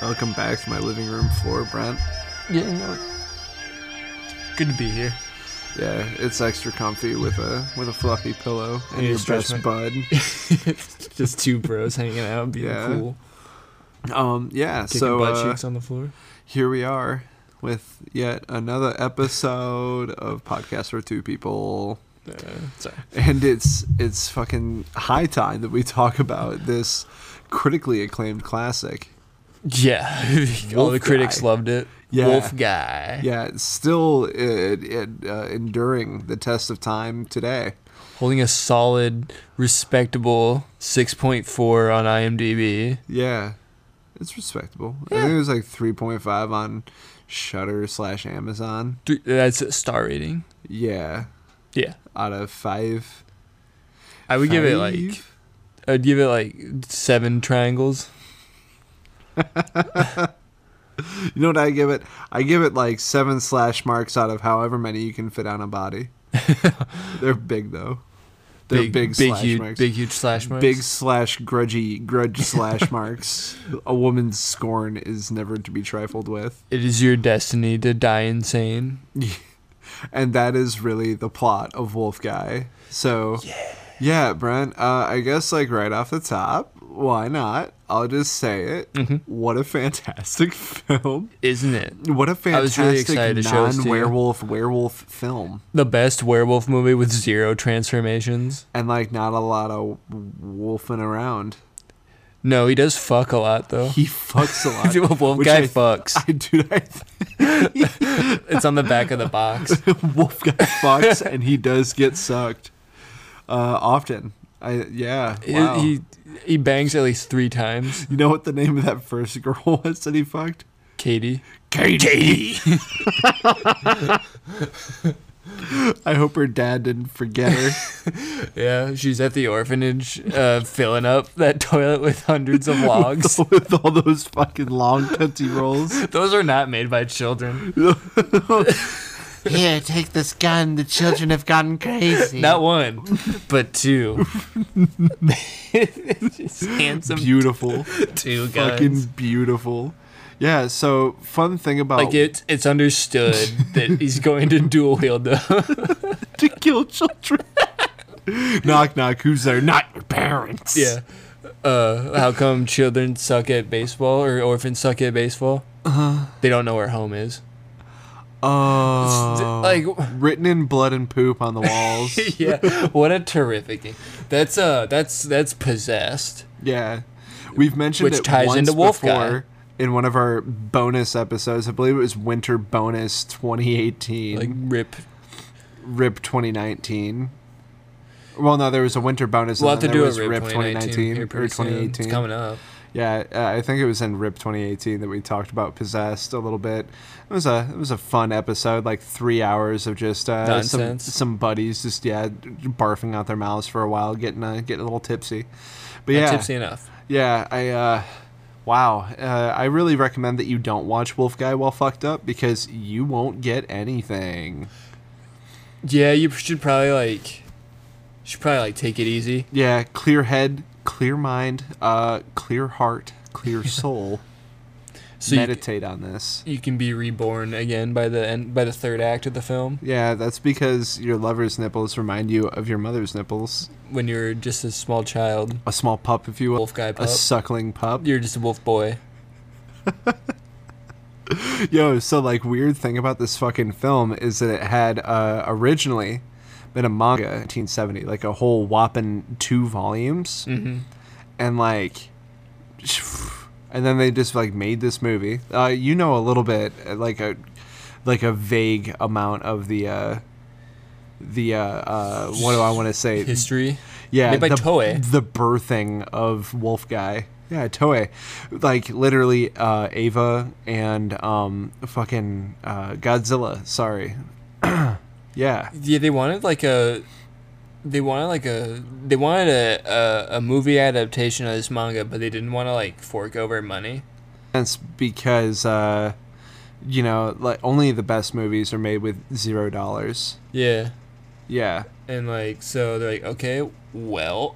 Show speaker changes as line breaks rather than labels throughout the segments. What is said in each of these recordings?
Welcome back to my living room floor, Brent.
Yeah, you know it. Good to be here.
Yeah, it's extra comfy with a with a fluffy pillow and
Yeah,
your
stretch
best
my-
bud.
Just two bros hanging out, being
Yeah.
cool,
Um, yeah.
kicking
so
butt
uh,
cheeks on the floor.
here we are with yet another episode of podcast for two people,
Uh, sorry.
and it's it's fucking high time that we talk about this critically acclaimed classic.
Yeah, all the
Wolf
critics
guy.
loved it.
Yeah.
Wolf guy
Yeah, it's still uh, it, uh, enduring the test of time today.
holding a solid, respectable six point four on IMDb.
Yeah, it's respectable. I think it was like three point five on Shutter slash Amazon.
Th- That's a star rating.
Yeah,
Yeah,
out of five.
I would give it like
Five?
I'd give it like seven triangles.
You know what I give it? I give it like seven slash marks out of however many you can fit on a body. They're big though. They're big, slash
huge,
marks.
big, huge slash marks.
Big slash grudgy grudge slash marks. A woman's scorn is never to be trifled with.
It is your destiny to die insane.
and that is really the plot of Wolf Guy. So, yeah, Brent. Uh, I guess like right off the top, why not? I'll just say it.
Mm-hmm.
What a fantastic film!
Isn't it?
What a
was really
fantastic
excited to show this to you.
non-werewolf werewolf film,
The best werewolf movie with zero transformations.
and like not a lot of wolfing around.
No, he does fuck a lot though.
He fucks a lot.
Wolf
which
guy
I-
fucks.
I dude, I
it's on the back of the box.
wolf guy fucks, and he does get sucked uh, often. I yeah. Wow.
He he bangs at least three times.
You know what the name of that first girl was that he fucked?
Katie.
Katie. I hope her dad didn't forget her.
Yeah, she's at the orphanage uh, filling up that toilet with hundreds of logs.
With all those fucking long Tootsie Rolls.
Those are not made by children.
Here, take this gun. The children have gotten crazy.
Not one, but two. Just handsome
Beautiful.
two guys.
fucking beautiful. Yeah, so fun thing about
Like it's it's understood that he's going to dual wield them.
to kill children. knock knock, who's there? Not your parents.
yeah. Uh, how come children
Uh-huh.
suck at baseball or orphans suck at baseball? they don't know where home is.
Oh,
like-
written in blood and poop on the walls.
yeah, what a terrific name. That's uh, that's that's possessed.
yeah, we've mentioned
Which
it
ties
once
into Wolf Guy.
before in one of our bonus episodes. I believe it was Winter Bonus 2018,
Like rip.
Rip 2019. Well, no, there was a Winter Bonus.
We'll have
and
to
then
do
there
a
was
rip, 2019, here
or
pretty soon.
2018.
It's coming up.
Yeah, uh, I think it was in Rip 2018 that we talked about possessed a little bit. It was a it was a fun episode, like three hours of just uh, some
Nonsense.
some buddies just yeah barfing out their mouths for a while, getting uh, getting a little tipsy. But
Not
yeah,
tipsy enough.
yeah, I uh, wow, uh, I really recommend that you don't watch Wolf Guy while fucked up because you won't get anything.
Yeah, you should probably like, should probably like take it easy.
Yeah, clear head, clear mind, uh, clear heart, clear soul.
So you,
Meditate on this.
you can be reborn again by the end by the third act of the film
Yeah, that's because your lover's nipples remind you of your mother's nipples.
when you're just a small child,
A small pup, if you will.
wolf guy
A
pup.
suckling pup.
You're just a wolf boy.
Mm-hmm. Yo, so, like, weird thing about this fucking film is that it had uh, originally been a manga in 1970, like a whole whopping two volumes.
Mm-hmm.
And, like, and then they just, like, made this movie. Uh, you know a little bit, uh, like, a like a vague amount of the uh the uh, uh what do i want to say
History.
Yeah,
Made by
the,
Toei.
The birthing of Wolf Guy. Yeah, Toei. Like literally, uh, Ava and um, fucking uh, Godzilla. Sorry. yeah.
Yeah, they wanted like a. They wanted like a they wanted a, a, a movie adaptation of this manga, but they didn't want to like fork over money.
That's because uh, you know, like only the best movies are made with zero dollars.
Yeah,
Yeah.
and like so they're like, okay, well,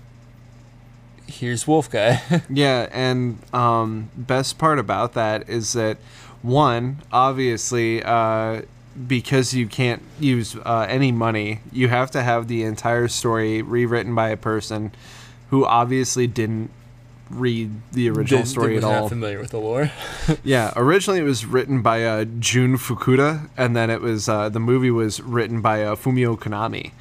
here's Wolf Guy.
Yeah, and um, best part about that is that one, obviously, uh, because you can't use uh, any money, you have to have the entire story rewritten by a person who obviously didn't read the original
Didn't-
story
was
at all.
Not familiar with the lore.
Yeah, originally it was written by uh, Jun Fukuda, and then it was uh, the movie was written by uh, Fumio Konami,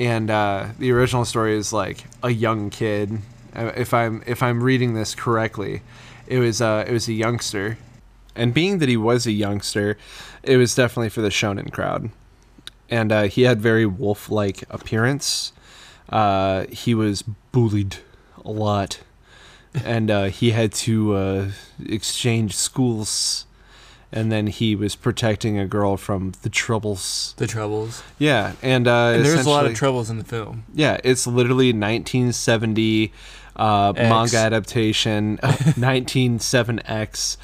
and uh, the original story is like a young kid. uh, If I'm if I'm reading this correctly, it was uh, it was a youngster, and being that he was a youngster, it was definitely for the shonen crowd, and uh, he had very wolf like appearance. Uh, he was bullied a lot and uh, he had to uh, exchange schools, and then he was protecting a girl from the troubles.
The troubles.
Yeah, and, uh,
And there's a lot of
essentially-
troubles in the film.
Yeah, it's literally 1970 uh,
X.
manga adaptation, uh, 197X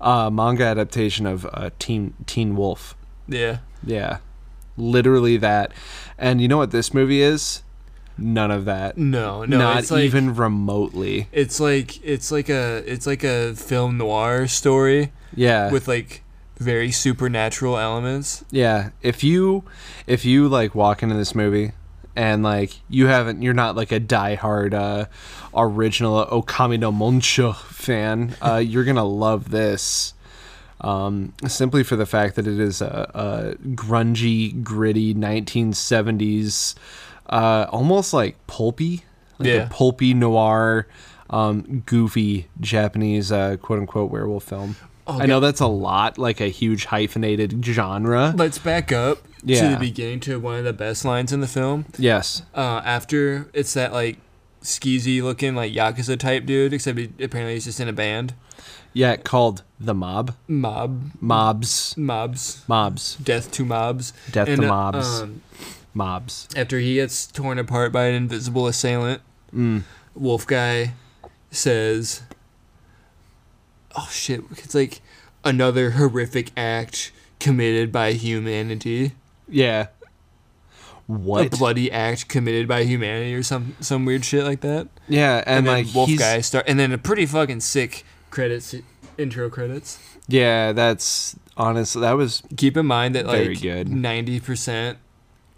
uh, manga adaptation of uh, Teen Teen Wolf.
Yeah.
Yeah, literally that. And you know what this movie is? None of that.
No, no,
Not
it's like,
even remotely.
It's like it's like a it's like a film noir story
Yeah.
with like very supernatural elements.
Yeah, if you if you like walk into this movie and like you haven't you're not like a diehard uh original Okami no Monsho fan, uh you're going to love this. Um, simply for the fact that it is a, a grungy, gritty 1970s, uh, almost like pulpy, like
Yeah.
a pulpy noir, um, goofy Japanese uh, quote unquote werewolf film. I
Okay.
know that's a lot, like a huge hyphenated genre.
Let's back up to
Yeah.
the beginning to one of the best lines in the film.
Yes.
Uh, after it's that like skeezy looking like yakuza type dude, except he, apparently he's just in a band.
Yeah, called The Mob.
Mob,
Mobs.
mobs,
Mobs.
death to mobs,
Death
And,
to
uh,
mobs.
um,
mobs.
after he gets torn apart by an invisible assailant,
Mm.
Wolf Guy says, "Oh shit! It's like another horrific act committed by humanity,
Yeah.
a
What?
bloody act committed by humanity, or some some weird shit like that."
yeah, and,
And, then
like
Wolf
he's-
Guy start, and then a pretty fucking sick credits intro credits.
Yeah, that's honestly that was
Keep in mind that
Very
like
good.
ninety percent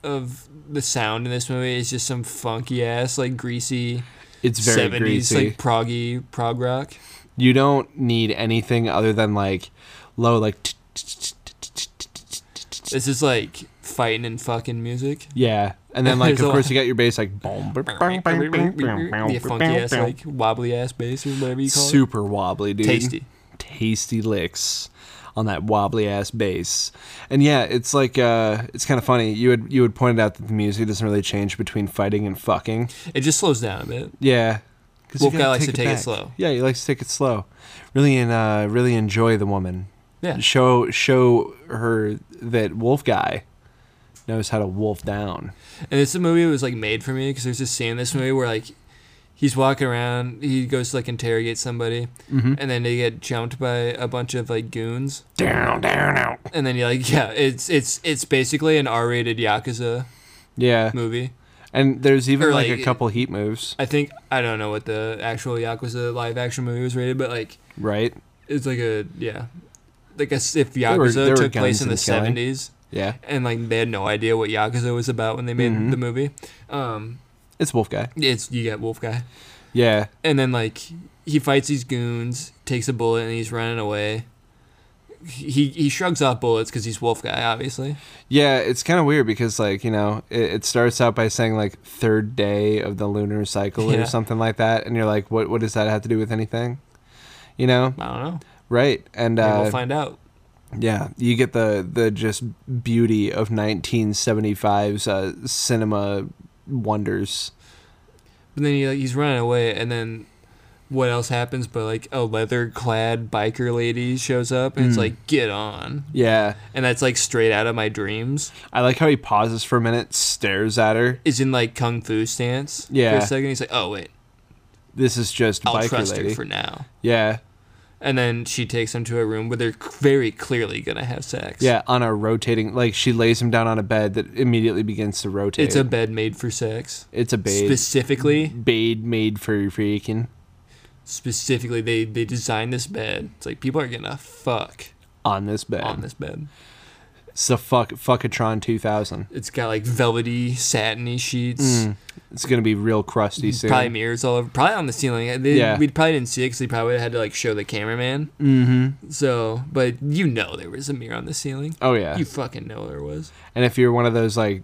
of the sound in this movie is just some funky ass like greasy
it's very
70s
greasy.
like proggy prog rock.
you don't need anything other than like low like
This is like fighting and fucking music.
Yeah, and then like of
There's a
course
lot-
you got your bass like boom, boom, boom, boom, boom,
Yeah, funky ass, like wobbly ass bass or whatever you call
super wobbly, dude.
Tasty.
tasty licks on that wobbly ass bass. And yeah, it's like uh, it's kind of funny. You had you had pointed out that the music doesn't really change between fighting and fucking.
it. It just slows down a bit.
Yeah. 'cause you
Wolf guy
gotta
likes to take it
back.
slow.
Yeah, he likes to take it slow. Really, and uh, really enjoy the woman.
Yeah.
Show show her that wolf guy knows how to wolf down.
And it's a movie that was like made for me because there's this scene in this movie where like he's walking around, he goes to like interrogate somebody,
Hmm?
and then they get jumped by a bunch of like goons.
Down, down, out.
And then you're like, yeah, it's it's it's basically an R-rated yakuza
Yeah,
movie.
and there's even
Or,
like,
like,
a couple heat moves,
I think I don't know what the actual yakuza live action movie was rated, but like
right?
it's like a yeah, like as if
were-
yakuza
there were
took
guns
place in
and
the
killing.
seventies.
Yeah,
And like they had no idea what Yakuza was about when they made
Mm-hmm.
the movie. Um,
it's wolf guy.
it's you got Wolf Guy,
Yeah,
and then like he fights these goons, takes a bullet, and he's running away. He he shrugs off bullets because he's Wolf Guy, obviously.
Yeah, it's kind of weird because, like, you know, it, it starts out by saying like third day of the lunar cycle
Yeah.
or something like that, and you're like, what? What does that have to do with anything? You know,
I don't know.
right? And
Maybe
uh,
we'll find out.
yeah, you get the the just beauty of 1975's uh, cinema wonders.
But then he, like, he's running away, and then what else happens? But like a leather-clad biker lady shows up, and
Hmm.
it's like, "Get on!"
Yeah,
And that's like straight out of my dreams.
I like how he pauses for a minute, stares at her.
Is in like kung fu stance. For
Yeah.
a second, he's like, "Oh wait,
This is just
I'll
biker
trust
lady.
her for now."
yeah,
And then she takes him to a room where they're c- very clearly gonna have sex.
yeah, on a rotating like she lays him down on a bed that immediately begins to rotate.
It's a bed made for sex.
it's a babe.
Specifically,
Bade made for freaking
specifically, they they designed this bed. It's like people are gonna fuck
on this bed.
on this bed.
It's a fuck fuckatron 2000.
It's got like velvety, satiny sheets.
Hmm. Mm. It's gonna be real crusty soon.
Mm, Probably mirrors all over. Probably on the ceiling. They,
Yeah.
We probably didn't see it because they probably had to like show the cameraman. Mm-hmm. So, but you know there was a mirror on the ceiling.
oh yeah.
You fucking know there was.
and if you're one of those like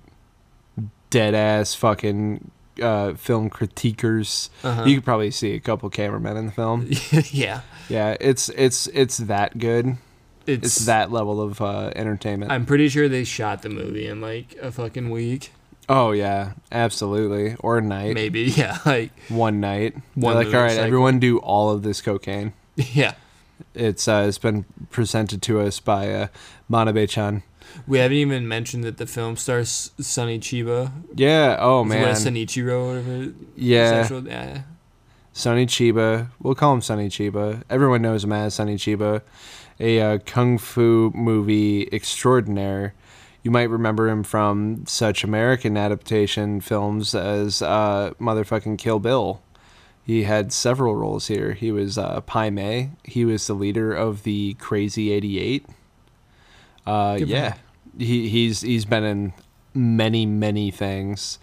dead ass fucking uh, film critiquers,
Uh-huh.
you could probably see a couple cameramen in the film.
yeah.
yeah, it's it's it's that good.
It's,
It's that level of uh, entertainment.
I'm pretty sure they shot the movie in like a fucking week.
oh yeah, absolutely. Or night,
Maybe. Yeah. Like,
one night. They're
One
like,
lunar
all right,
cycle."
everyone, do all of this cocaine.
yeah.
It's uh, it's been presented to us by uh, Manabe-chan.
We haven't even mentioned that the film stars Sonny Chiba.
Yeah. Oh
Is it what,
man.
Sunichiro or whatever. his
yeah.
actual- yeah.
Sonny Chiba. We'll call him Sonny Chiba. Everyone knows him as Sonny Chiba, a uh, kung fu movie extraordinaire. You might remember him from such American adaptation films as uh, motherfucking Kill Bill. He had several roles here. He was uh, Pai Mei. He was the leader of the Crazy Eighty Eight. Uh,
Good
yeah,
man.
he, he's he's been in many many things,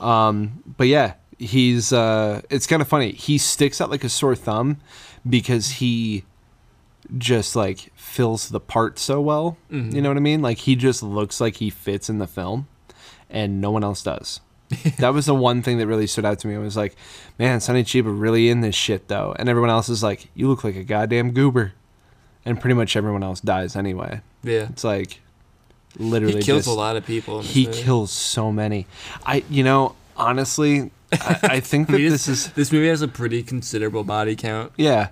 um, but yeah, he's uh, it's kind of funny. He sticks out like a sore thumb because he just like fills the part so well.
Mm-hmm.
You know what I mean? Like he just looks like he fits in the film, and no one else does. that was the one thing that really stood out to me. I was like, man, Sonny Chiba really in this shit though, and everyone else is like, you look like a goddamn goober, and pretty much everyone else dies anyway.
Yeah.
It's like literally
He kills
just-
a lot of people. in this
He
movie.
kills so many. I you know honestly, I, I think that
We
this
just-
is
This movie has a pretty considerable body count.
yeah,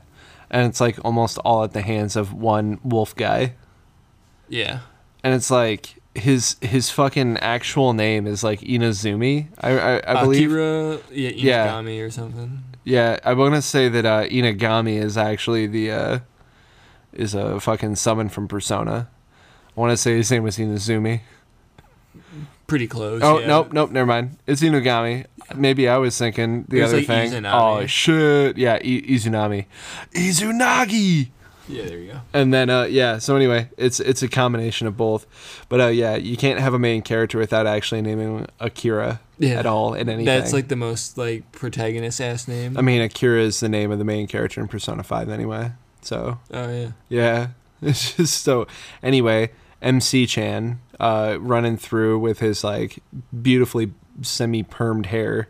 and it's like almost all at the hands of one wolf guy.
Yeah.
and it's like his his fucking actual name is like Inazumi. I
Uh,
I, I believe.
Akira, yeah,
Yeah.
Inagami or something.
Yeah, I want to say that uh, Inagami is actually the uh, is a fucking summon from Persona. I want to say his name was Inazumi.
Pretty close.
Oh
yeah.
nope nope never mind. It's Inugami. Maybe I was thinking the
It was
other
like
thing.
Izanami.
Oh shit! Yeah, I- Izunami, Izunagi.
Yeah, there you go.
And then uh, yeah, so anyway, it's it's a combination of both. But uh, yeah, you can't have a main character without actually naming Akira
Yeah.
at all in anything.
That's like the most like protagonist ass name.
I mean, Akira is the name of the main character in Persona 5 anyway. So,
oh yeah.
yeah, it's just so anyway, MC Chan uh, running through with his like beautifully semi permed hair.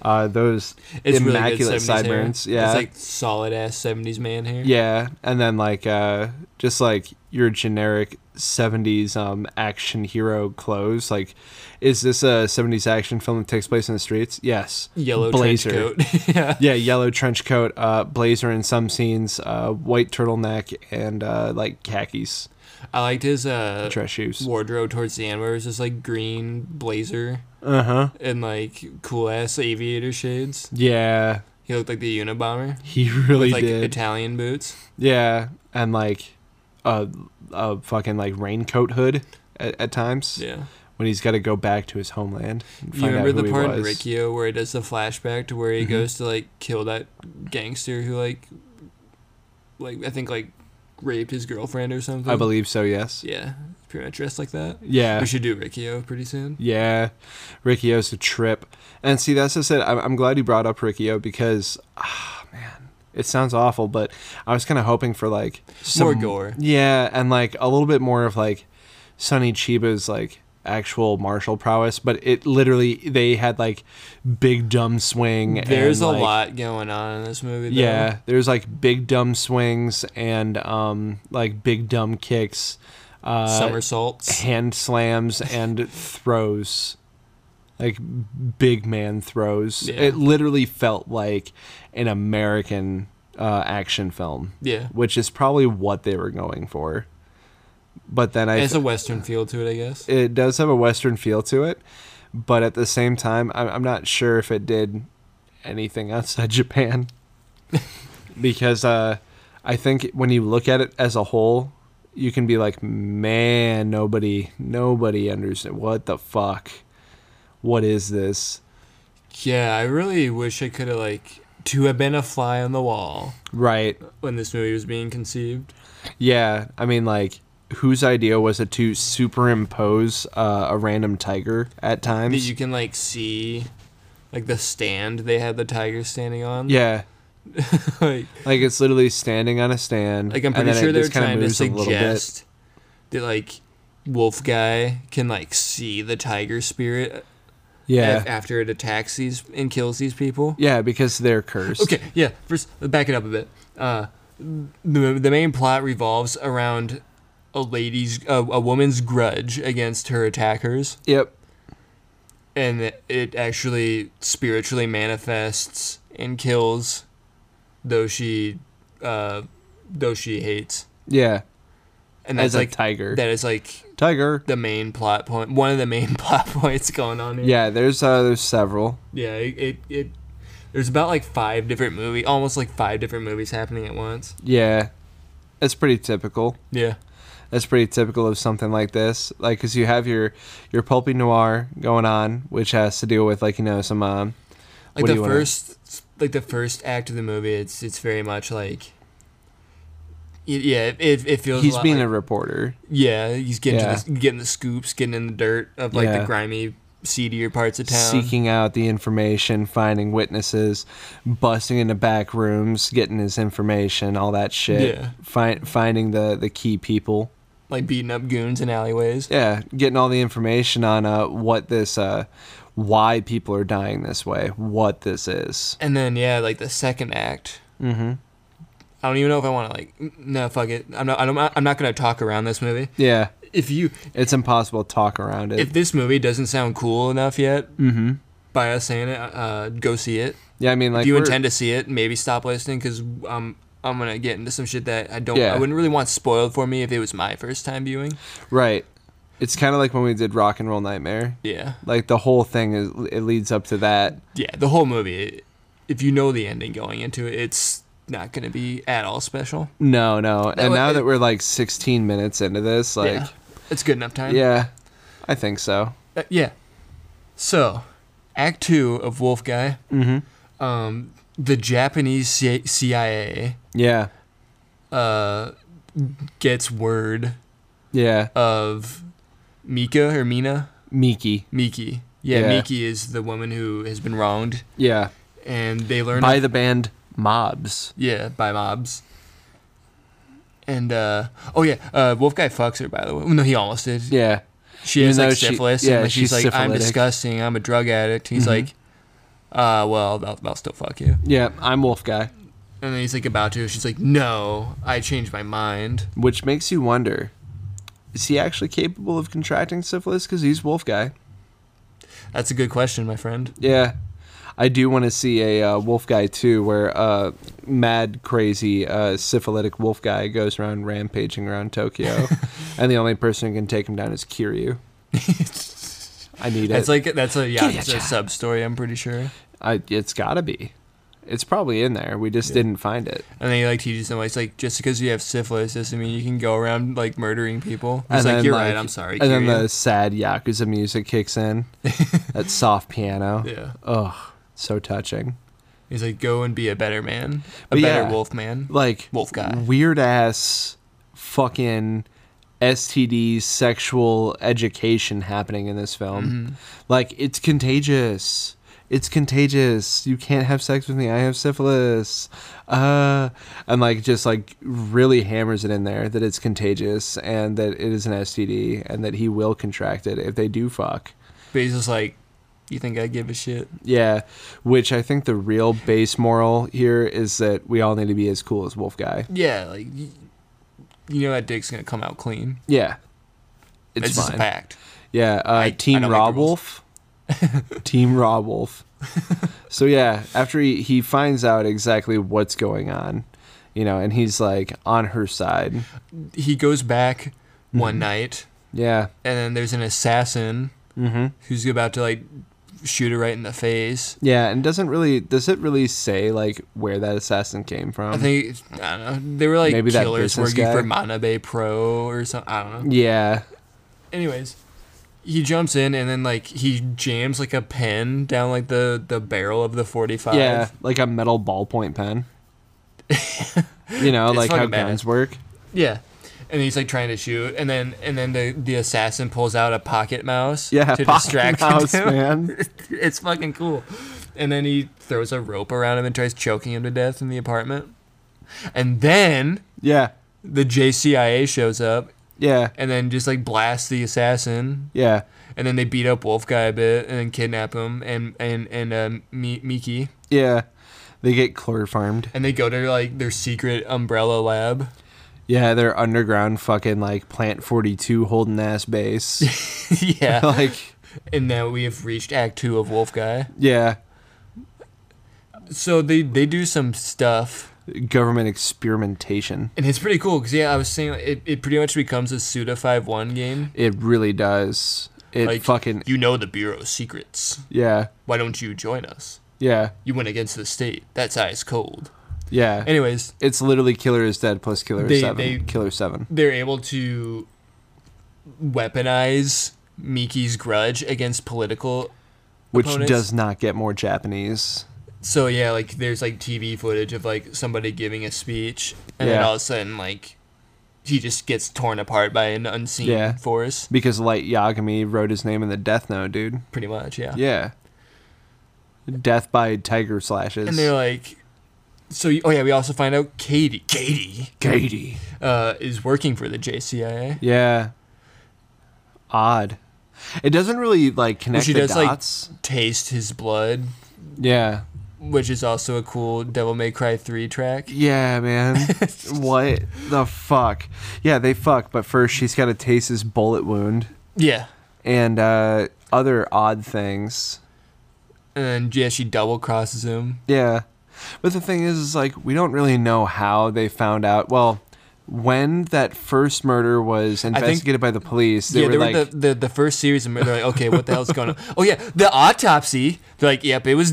Uh, those
It's really
immaculate
good 70s
sideburns.
hair.
Yeah.
It's like solid ass 70s man hair.
Yeah, and then like uh just like your generic 70s um action hero clothes. Like is this a 70s action film that takes place in the streets? Yes.
Yellow trench coat. yeah.
Yeah, yellow trench coat, uh blazer in some scenes, uh white turtleneck and uh like khakis,
I liked his uh
dress shoes.
wardrobe towards the end where it was this like green blazer
Uh-huh.
and like cool ass aviator shades.
Yeah,
He looked like the Unabomber.
he really
With like
did.
Italian boots.
yeah, and like a a fucking like raincoat hood at, at times
Yeah.
when he's got to go back to his homeland. And
You
find out
remember
who
the
he
part in
was. Mm-hmm.
Riccio where he does the flashback to where he goes to like kill that gangster who like like I think like raped his girlfriend or something.
I believe so, yes.
Yeah. Pretty much dressed like that.
Yeah.
We should do Riccio pretty soon.
Yeah. Ricchio's a trip. And see, that's just it. I'm, I'm glad you brought up Ricchio because, ah, man, it sounds awful, but I was kind of hoping for like
More gore.
Yeah, and like a little bit more of like Sonny Chiba's like actual martial prowess, but it literally, they had like big dumb swing.
There's
and,
a
like,
lot going on in this movie. Though.
Yeah, there's like big dumb swings and um like big dumb kicks. Uh,
Somersaults.
hand slams and throws like big man throws
Yeah.
it literally felt like an american uh, action film
Yeah.
which is probably what they were going for but then i
It's a western feel to it, I guess.
it does have a western feel to it but at the same time i'm, I'm not sure if it did anything outside japan because uh, i think when you look at it as a whole you can be like man nobody nobody understands what the fuck what is this
Yeah, I really wish I could have like to have been a fly on the wall
right
when this movie was being conceived.
yeah i mean like whose idea was it to superimpose uh, a random tiger at
That
times
you can like see like the stand they had the tiger standing on.
yeah
like,
Like it's literally standing on a stand.
like I'm
and
pretty
then
sure
it
they're
just kinda
trying to
moves a little bit.
suggest that like wolf guy can like see the tiger spirit
Yeah,
af- after it attacks these and kills these people.
yeah, because they're cursed.
Okay, yeah. First, back it up a bit. Uh, the the main plot revolves around a lady's a, a woman's grudge against her attackers,
Yep.
and it actually spiritually manifests and kills those she uh, those she hates,
Yeah.
and that's
As a
like
tiger.
that is like
tiger.
the main plot point. One of the main plot points going on. Here.
Yeah. There's uh. There's several.
yeah. It, it it there's about like five different movie, almost like five different movies happening at once.
Yeah. That's pretty typical.
Yeah.
That's pretty typical of something like this. Like, cause you have your your pulpy noir going on, which has to deal with like you know some um.
like
what do
the
you wanna-
1st like the first act of the movie it's it's very much like y- yeah it- it, it feels
He's
a lot
being
like,
a reporter.
yeah he's getting
Yeah.
To the, getting the scoops getting in the dirt of like
Yeah.
the grimy seedier parts of town
seeking out the information, finding witnesses, busting into back rooms, getting his information, all that shit.
Yeah.
Find, finding the the key people.
like beating up goons in alleyways
Yeah, getting all the information on uh what this uh why people are dying this way, what this is.
and then yeah like the second act
Mm-hmm.
I don't even know if I want to like n- no fuck it I'm not I don't, I'm not gonna talk around this movie
Yeah,
if you
it's impossible to talk around it.
if this movie doesn't sound cool enough yet
mm-hmm.
by us saying it uh, go see it
Yeah, I mean like
if you
we're-
intend to see it, maybe stop listening because um, I'm gonna get into some shit that I don't.
Yeah.
I wouldn't really want spoiled for me if it was my first time viewing.
right. It's kind of like when we did Rock and Roll Nightmare.
Yeah,
Like the whole thing is it leads up to that.
yeah. The whole movie, if you know the ending going into it, it's not gonna be at all special.
No, no. and
wa-
now
it-
that we're like 16 minutes into this, like
yeah, it's good enough time.
Yeah, I think so.
Uh, yeah. So, Act Two of Wolf Guy,
Mm-hmm.
um, the Japanese C- CIA
Yeah,
uh, gets word
yeah.
of Mika or Mina.
Miki.
Miki. Yeah,
Yeah.
Miki is the woman who has been wronged,
Yeah,
and they learn
by the band Mobs.
yeah by mobs, And uh, oh yeah, uh, Wolf guy fucks her by the way. No, he almost did.
Yeah.
She
Even
has
though
like
she-
syphilis.
yeah,
and like, she's,
she's
like, I'm
syphilitic. Mm-hmm.
disgusting. I'm a drug addict. He's like, uh, well, I'll, I'll still fuck you.
Yeah, I'm Wolf Guy.
And then he's like about to. She's like, no, I changed my mind.
Which makes you wonder is he actually capable of contracting syphilis because he's Wolf Guy?
That's a good question, my friend.
Yeah. I do want to see a uh, Wolf Guy too, where uh, mad, crazy, uh, syphilitic Wolf Guy goes around rampaging around Tokyo, and the only person who can take him down is Kiryu. I need it.
That's like that's a yeah,
Give me a
it's a
job.
sub story. I'm pretty sure.
I, it's gotta be. It's probably in there. We just didn't find it.
And then he like teaches them like, it's like just because you have syphilis doesn't mean you can go around like murdering people. He's like,
then,
you're right. I'm sorry.
And then
Kiryu."
the sad Yakuza music kicks in. that soft piano.
yeah.
Ugh, so touching.
He's like, go and be a better man, a
But
better
yeah. Mm.
wolf man.
Like
Wolf guy.
weird ass, fucking STD sexual education happening in this film.
Mm-hmm.
Like it's contagious. It's contagious. You can't have sex with me. I have syphilis. Uh, and like just like really hammers it in there that it's contagious and that it is an STD and that he will contract it if they do fuck.
But he's just like, you think I give a shit?
Yeah, which I think the real base moral here is that we all need to be as cool as Wolf Guy.
Yeah, like, y- you know that dick's gonna come out clean.
Yeah, it's,
It's, just a
fine.
pact.
Yeah, uh,
I- I
Team
don't make
Raw
the rules.
Wolf. Team Raw Wolf. so yeah, after he, he finds out exactly what's going on, you know, and he's like on her side.
He goes back
Mm-hmm.
one night,
Yeah.
and then there's an assassin
Mm-hmm.
who's about to like shoot her right in the face.
Yeah, and doesn't really does it really say like where that assassin came from?
I think I don't know. They were like
Um, Maybe that
killers
business
working
guy?
for Manabe Pro or something. I don't know.
yeah.
Anyways, he jumps in and then like he jams like a pen down like the the barrel of the forty five.
Yeah, like a metal ballpoint pen. you know,
It's
like how
fucking badass.
guns work.
Yeah. And he's like trying to shoot, and then and then the, the assassin pulls out a pocket mouse
Yeah,
to
pocket
distract
mouse,
him.
man.
It's fucking cool. And then he throws a rope around him and tries choking him to death in the apartment. And then
Yeah,
the JCIA shows up
yeah,
and then just like blasts the assassin.
yeah,
And then they beat up Wolf Guy a bit and then kidnap him and and and um, Mi- Miki.
yeah. They get chloroformed.
And they go to like their secret umbrella lab.
Yeah, they're underground fucking like Plant 42 holding ass base.
yeah.
like,
And now we have reached Act Two of Wolf Guy.
yeah,
So they they do some stuff,
government experimentation.
and it's pretty cool because yeah, I was saying like, it, it pretty much becomes a Suda Five One game.
It really does. It
Like,
fucking,
You know the bureau's secrets.
yeah,
Why don't you join us?
yeah,
You went against the state. That's ice cold.
yeah.
Anyways,
it's literally Killer is Dead plus Killer is
They-
7.
they-
Killer 7.
they're able to weaponize Miki's grudge against political.
Which
opponents.
does not get more Japanese.
So yeah, like there's like TV footage of like somebody giving a speech, and then
Yeah.
all of a sudden like he just gets torn apart by an unseen
Yeah.
force,
Because Light Yagami wrote his name in the Death Note, dude.
pretty much. Yeah.
Yeah. Death by tiger slashes.
And they're like, so oh yeah, we also find out Katie, Katie,
Katie.
uh, is working for the JCIA.
Yeah. Odd. It doesn't really like connect
she
the
does, like-
dots.
Taste his blood,
yeah.
which is also a cool Devil May Cry three track.
Yeah, man. what the fuck? Yeah, they fuck, but first she's got to taste his bullet wound
Yeah.
and uh, other odd things.
And yeah, she double crosses him.
Yeah. But the thing is, is like we don't really know how they found out. Well, when that first murder was investigated by the police, they
yeah,
were
they were
like,
the, the the first series, and they're like, okay, what the hell's going on? Oh yeah, the autopsy. They're like, yep, it was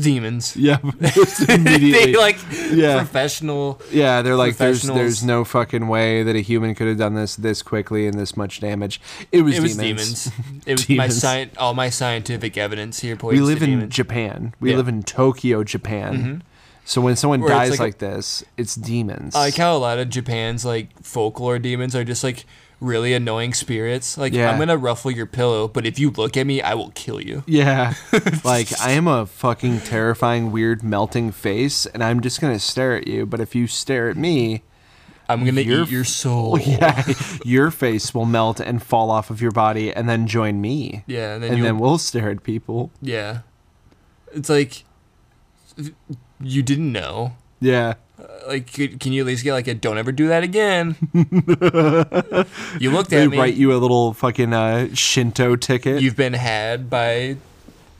demons.
yeah,
they
immediately.
like
Yeah.
professional.
Yeah, they're like, there's
professionals.
there's no fucking way that a human could have done this this quickly and this much damage. It was,
It was
demons.
demons. It was
Demons.
my sci- all my scientific evidence here points
We live
to
in
demons.
Japan. We
Yeah. Mm-hmm.
live in Tokyo, Japan. So when someone
Where
dies
it's like
like,
a- Uh,
this, it's demons.
I like how a lot of Japan's like folklore demons are just like really annoying spirits. Like
Yeah.
I'm gonna ruffle your pillow, but if you look at me, I will kill you.
yeah, like I am a fucking terrifying, weird, melting face, and I'm just gonna stare at you. But if you stare at me,
I'm gonna
Your
eat your soul. Yeah,
Yeah, your face will melt and fall off of your body, and then join me.
and then
and
you
then we'll stare at people.
yeah, it's like you didn't know.
Yeah,
Like, could, can you at least get like a "Don't ever do that again"? you looked
they
at me.
write you a little fucking uh, Shinto ticket.
You've been had by.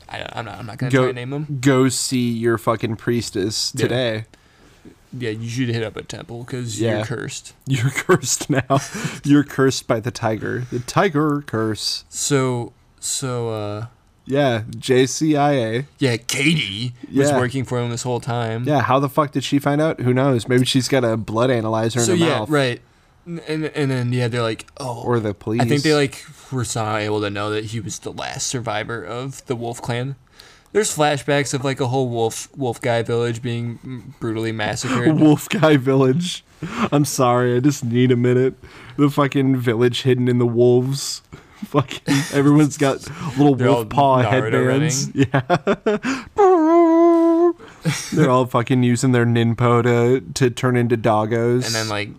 I don't, I'm not. I'm not gonna try
go
to name them.
go see your fucking priestess
Yeah.
today.
Yeah, you should hit up a temple because
Yeah.
you're cursed.
You're cursed now. You're cursed by the tiger. The tiger curse.
So so uh
Yeah, JCIA.
yeah, Katie was
Yeah.
working for him this whole time.
Yeah, how the fuck did she find out? Who knows? Maybe she's got a blood analyzer in
So
her
yeah,
mouth.
right. And and then yeah, they're like, oh,
Or the police.
I think they like were somehow able to know that he was the last survivor of the Wolf Clan. There's flashbacks of like a whole wolf wolf guy village being brutally massacred.
Wolf Guy Village. I'm sorry, I just need a minute. The fucking village hidden in the wolves. Fucking everyone's got little
They're all
wolf paw
Naruto
headbands. Yeah. They're all fucking using their ninpo to, to turn into doggos.
and then like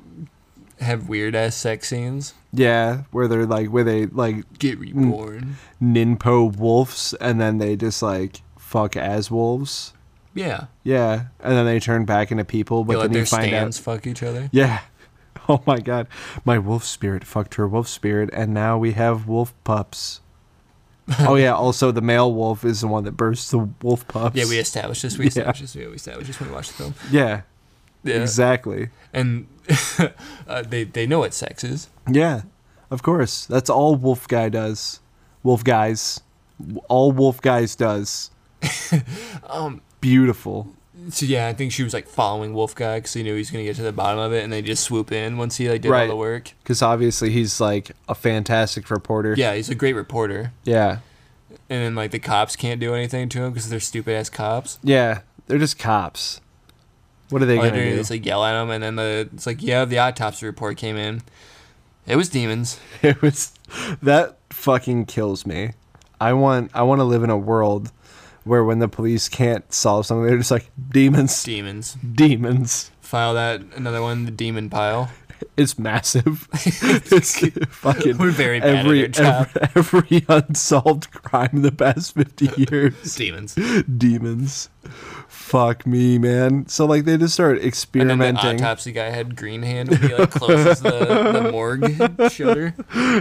have weird ass sex scenes.
Yeah, where they're like where they like
Get reborn.
ninpo wolves and then they just like fuck as wolves.
Yeah.
Yeah. And then they turn back into people, but
They let
then you
their
find
stands
out
fuck each other.
Yeah. Oh my god. My wolf spirit fucked her wolf spirit and now we have wolf pups. oh yeah, also the male wolf is the one that bursts the wolf pups.
Yeah, we established this. We established this. We established this when we watched the film.
Yeah.
Yeah.
Exactly.
And uh, they they know what sex is.
Yeah. Of course. That's all wolf guy does. Wolf guys. All wolf guys does.
Um,
Beautiful.
So yeah, I think she was like following Wolf Guy because he knew he's gonna get to the bottom of it, and they just swoop in once he like did all
Right.
the work.
because obviously he's like a fantastic reporter.
Yeah, he's a great reporter,
yeah,
and then like the cops can't do anything to him because they're stupid ass cops.
yeah. They're just cops. What are they
All they
gonna
do
do?
Oh, is like yell at him, and then the it's like yeah, the autopsy report came in. It was demons.
it was that fucking kills me. I want I want to live in a world where when the police can't solve something, they're just like demons,
Demons.
demons.
File that another one. The demon pile.
It's massive. it's fucking
We're very bad at
every,
our job.
every every unsolved crime in the past fifty years.
Demons.
demons. Fuck me, man. So like they just start
And then the
experimenting.
autopsy guy had green hand when he like closes the, the morgue shutter.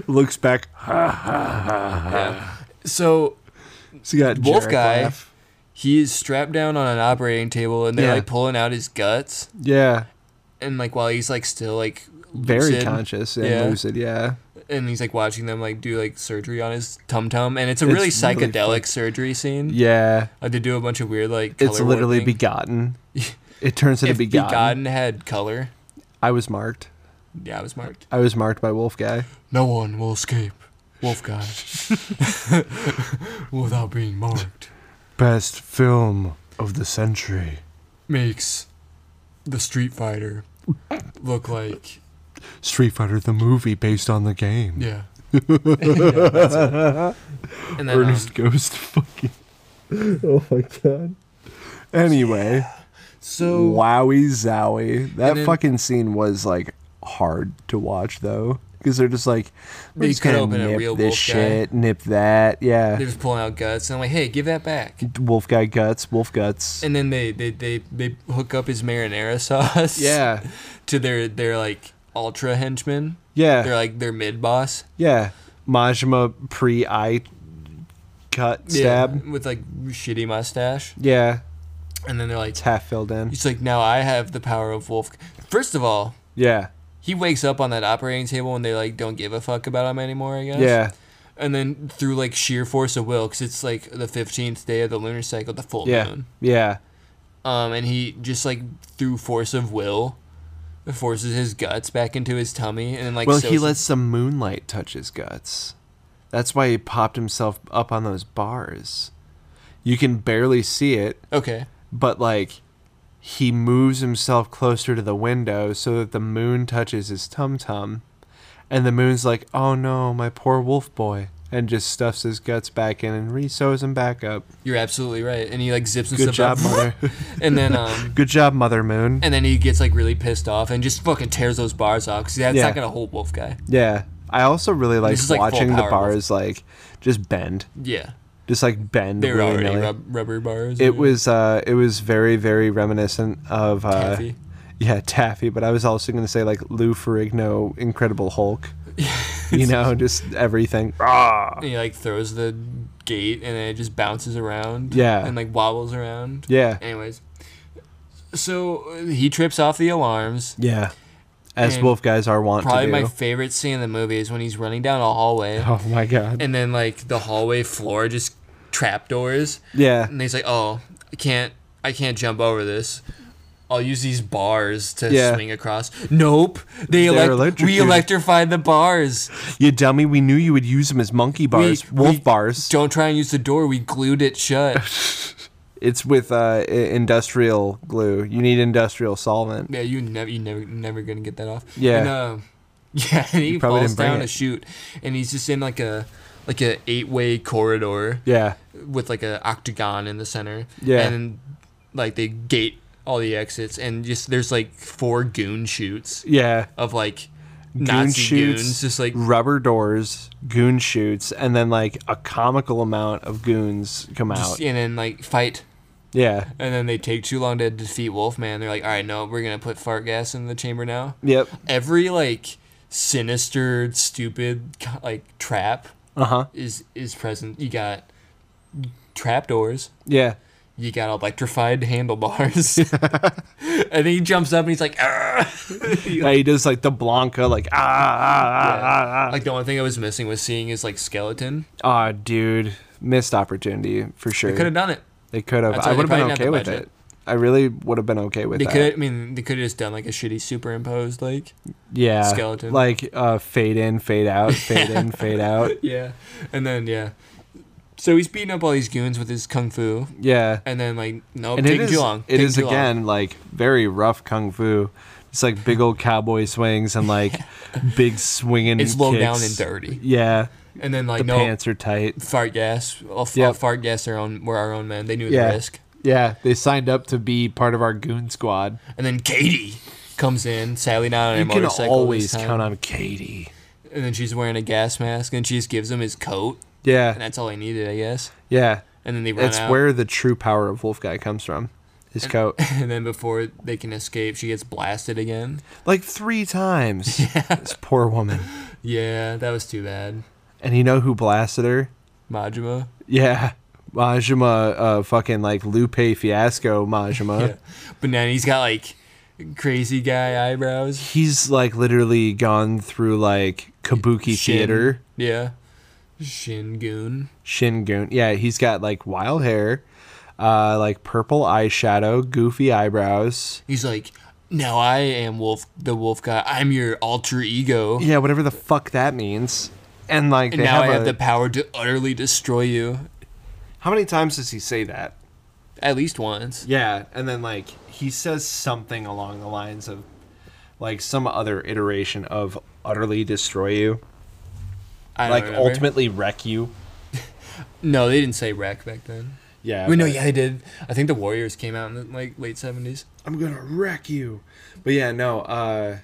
Looks back.
Yeah. So
So you got
Wolf
Jarek
guy.
laugh.
he is strapped down on an operating table and they're
Yeah.
like pulling out his guts
Yeah,
and like while he's like still like
very
lucid,
conscious and
Yeah.
lucid. Yeah,
and he's like watching them like do like surgery on his tum tum and it's a
It's
really
really
psychedelic surgery scene
yeah.
like they do a bunch of weird like color
It's literally
warping.
begotten. It turns into
if
begotten.
begotten had color
I was marked.
yeah it was marked
I was marked by Wolf guy.
no one will escape wolf guy without being marked
Best film of the century.
makes the street fighter look like
Street Fighter the movie based on the game.
yeah, Yeah, that's it. and then, um,
Ernest goes to fucking. oh my god. Anyway.
so
Wowie zowie. That
And then-
fucking scene was like hard to watch though. Because they're just like we're
They
just
cut
gonna
open a
nip
real
this
wolf guy.
shit, nip that, yeah.
They're just pulling out guts, and I'm like, "Hey, give that back."
wolf guy guts, wolf guts.
And then they they, they, they hook up his marinara sauce.
yeah.
To their their like ultra henchmen. They're
Yeah.
like their mid boss.
Yeah. Majima pre eye cut stab.
With like shitty mustache,
Yeah.
and then they're like,
It's half filled in.
"He's like, now I have the power of Wolf." First of all,
Yeah.
he wakes up on that operating table, and they like don't give a fuck about him anymore. I guess.
Yeah.
And then through like sheer force of will, because it's like the fifteenth day of the lunar cycle, the full
Yeah.
moon.
Yeah.
um, and he just like through force of will forces his guts back into his tummy and then like
Well,
sews
he
it-
lets some moonlight touch his guts. That's why he popped himself up on those bars. You can barely see it,
okay
but like he moves himself closer to the window so that the moon touches his tum tum and the moon's like oh no my poor wolf boy and just stuffs his guts back in and resews them back up.
You're absolutely right. And he like zips
Good
himself
job,
up.
mother.
and then um
Good job, Mother Moon.
and then he gets like really pissed off and just fucking tears those bars off because that's
Yeah.
not gonna hold Wolf Guy.
Yeah, I also really like
is, like, full
watching the
power
bars like just bend,
Yeah,
just like bend.
they were already
willy-nilly.
rub- Mm-hmm. rubber bars.
It was uh, it was very very reminiscent of uh,
Taffy.
Yeah, Taffy. But I was also going to say like Lou Ferrigno, Incredible Hulk. you know, just everything.
And he like throws the gate and then it just bounces around.
Yeah.
and like wobbles around.
Yeah,
Anyways, so uh, he trips off the alarms.
yeah. As
And
wolf guys are wont
Probably
to do.
my favorite scene in the movie is when he's running down a hallway
oh my god.
and then like the hallway floor just trapdoors.
yeah,
and he's like, "Oh, I can't, I can't jump over this. I'll use these bars to
Yeah.
swing across." Nope, they
They're
elect- we
electrocuted.
electrified the bars.
you dummy. We knew you would use them as monkey bars,
We-
wolf
we
bars.
Don't try and use the door. We glued it shut.
It's with uh, i- industrial glue. You need industrial solvent.
yeah, you never, you never, never gonna get that off.
Yeah.
And, uh, yeah, and he
probably
falls
didn't bring
down
it.
a chute, and he's just in like a, like a eight way corridor
Yeah,
with like a octagon in the center.
Yeah.
and like they gate all the exits, and just there's like four goon shoots.
yeah.
of like
goon
Nazi
shoots,
goons, just like
rubber doors, goon shoots, and then like a comical amount of goons come out.
just, and then like fight,
yeah.
and then they take too long to defeat Wolfman. They're like, all right, no, we're gonna put fart gas in the chamber now.
Yep.
Every like sinister, stupid co- like trap
Uh huh.
is is present. You got trap doors.
Yeah.
You got electrified handlebars, and then he jumps up and he's like, "Argh."
Yeah, he does like the Blanca, like ah ah ah ah.
like the only thing I was missing was seeing his like skeleton.
Ah, dude, missed opportunity for sure.
They could have done it.
They could have.
That's
I
why they
would have been
probably
okay
didn't have
with
the
it.
budget.
I really would have been okay with
They
that.
could. I mean, they could have just done like a shitty superimposed like.
yeah,
skeleton.
like uh, fade in, fade out, fade in, fade out.
Yeah. And then yeah. So he's beating up all these goons with his kung fu,
Yeah,
and then like no,
and it
taking
is
too long.
it
taking
is
too long.
again like very rough kung fu. It's like big old cowboy swings and like big swinging.
It's low down
kicks.
and dirty.
Yeah,
And then like
the
no
pants are tight.
fart gas. I'll, f-
Yep.
I'll fart gas. Their own. We're our own men. They knew
Yeah.
the risk.
Yeah, they signed up to be part of our goon squad.
And then Katie comes in, sadly not on a
You can
motorcycle.
always
this time.
count on Katie.
And then she's wearing a gas mask, and she just gives him his coat, and
Yeah,
that's all he needed, I guess.
yeah.
And then they run
That's
out.
where the true power of Wolf Guy comes from. His coat,
and then before they can escape, she gets blasted again.
like three times. This poor woman.
Yeah, that was too bad.
And you know who blasted her?
Majima.
Yeah, Majima. Uh, fucking like Lupe Fiasco Majima.
Yeah. But now he's got like crazy guy eyebrows.
He's like literally gone through like kabuki
Shin.
theater.
Yeah. Shingun.
Shingun. Yeah, he's got like wild hair, uh, like purple eyeshadow, goofy eyebrows.
He's like, now I am Wolf, the Wolf guy. I'm your alter ego.
Yeah, whatever the fuck that means. And like
And
they
now
have
I have
a-
the power to utterly destroy you.
how many times does he say that?
At least once.
Yeah, and then like he says something along the lines of like some other iteration of utterly destroy you,
I don't
like
remember.
ultimately wreck you.
No, they didn't say wreck back then.
Yeah.
We know,
but-
yeah, they did. I think the Warriors came out in the like late seventies.
I'm gonna wreck you. But yeah, no, uh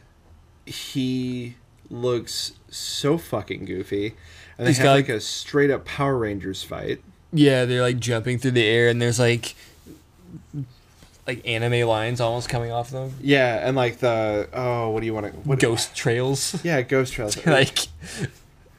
he looks so fucking goofy. And they
He's
have
got-
like a straight up Power Rangers fight.
Yeah, they're like jumping through the air, and there's like, like anime lines almost coming off them.
Yeah, and like the oh, what do you want to what
Ghost trails.
Yeah, Ghost Trails.
like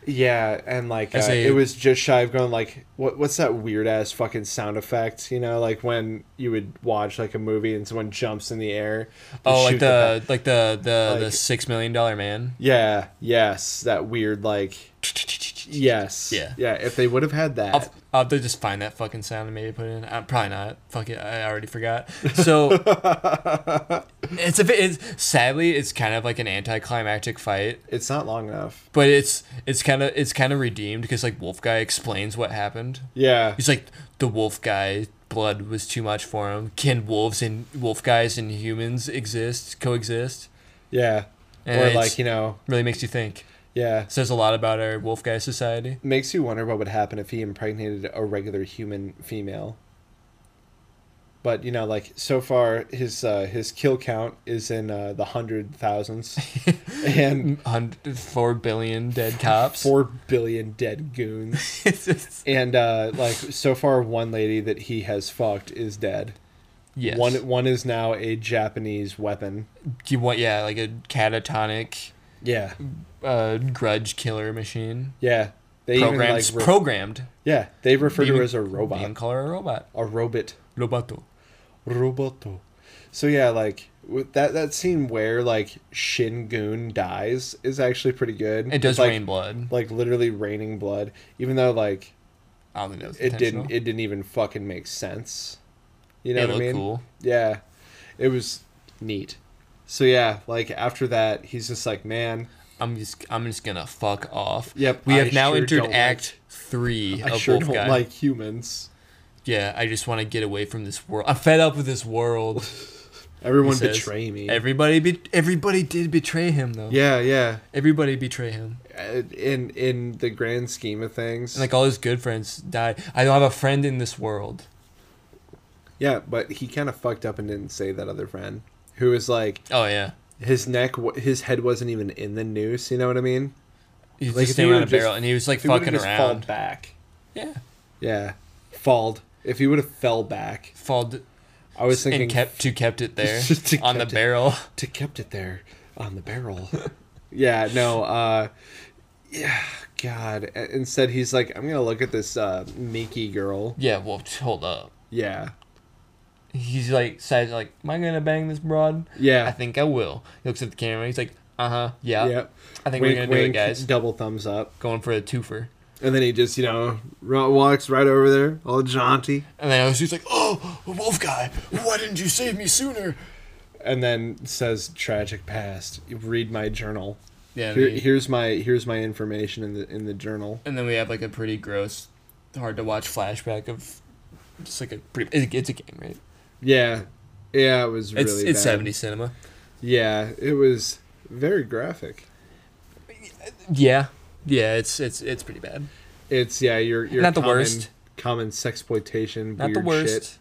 yeah, and like uh,
As a-
it was just shy of going like what what's that weird ass fucking sound effect? You know, like when you would watch like a movie and someone jumps in the air. they
Oh,
shoot
like
the-
the like the the the
Like-
six million dollar man.
yeah, yes, that weird like yes,
Yeah.
yeah. If they would have had that,
I'll, I'll have to just find that fucking sound and maybe put it in. Uh, probably not. Fuck it. I already forgot. So it's a bit. It's, sadly, it's kind of like an anticlimactic fight,
it's not long enough.
but it's it's kind of it's kind of redeemed because like Wolf Guy explains what happened.
Yeah,
He's like the Wolf Guy blood was too much for him. Can wolves and Wolf Guys and humans exist coexist?
yeah.
And
or
it's-
like you know,
Really makes you think.
Yeah.
Says a lot about our wolf guy society.
Makes you wonder what would happen if he impregnated a regular human female. But you know, like so far, his uh, his kill count is in uh, the hundred thousands, and
Hundred four billion dead cops.
four billion dead goons.
It's just-
And uh, like so far, one lady that he has fucked is dead.
yes.
One
One,
one is now a Japanese weapon.
you want, yeah, like a catatonic
Yeah,
uh, grudge killer machine.
yeah. They
Programmed.
even like re-
programmed.
yeah. They refer to her
Even-
as a
You can
robot,
call her a robot.
a robot.
Roboto.
Roboto. So yeah, like with that that scene where like Shin Goon dies is actually pretty good.
It does
It's, like,
rain blood.
like literally raining blood, even though like
I don't think that was
it didn't
intentional.
it didn't even fucking make sense. You know
It
what I
looked
mean?
cool.
Yeah, it was neat. So yeah, like after that, he's just like, man,
I'm just I'm just gonna fuck off.
Yep,
We
I
have now
sure
entered
don't like-
Act Three
I
of
sure
Wolf
don't
Guy.
like humans.
yeah, I just want to get away from this world. I'm fed up with this world. he
Everyone
says.
betray me.
Everybody, be- everybody did betray him though.
yeah, yeah.
Everybody betray him.
Uh, In in the grand scheme of things,
And like all his good friends died. I don't have a friend in this world.
yeah. But he kind of fucked up and didn't say that other friend who was like,
Oh yeah.
his neck, w- his head wasn't even in the noose. You know what I mean?
He's
Like, if he
just standing on a
would've
barrel
just-
and he was like
If he would've
fucking
just falled
around.
back.
Yeah.
Yeah, falled. If he would have fell back,
Falled
I was thinking
and kept to kept it there
Just to
on the
kept it.
barrel.
to kept it there on the barrel. yeah, no, uh yeah, god. I- Instead he's like, I'm gonna look at this uh Miki girl.
Yeah, well hold up.
Yeah.
He's like says like, Am I gonna bang this broad?
Yeah.
I think I will. He looks at the camera. He's like, uh huh, yeah.
Yep.
I think
Wink,
we're gonna do it,
wink,
guys.
Double thumbs up.
Going for a twofer.
And then he just, you know, ro- walks right over there, all jaunty.
And then I was just like, oh, Wolf Guy, why didn't you save me sooner?
And then says, Tragic past. Read my journal.
Yeah.
Here,
they-
here's my here's my information in the in the journal.
and then we have like a pretty gross, hard to watch flashback of just like a pretty. It's, it's a game, right?
Yeah. Yeah, it was really
It's it's
bad.
seventy cinema.
Yeah, it was very graphic.
Yeah, yeah. It's it's it's pretty bad.
It's yeah, you're you're
Not the
common,
worst.
Common sexploitation.
Not
weird
the worst.
Shit.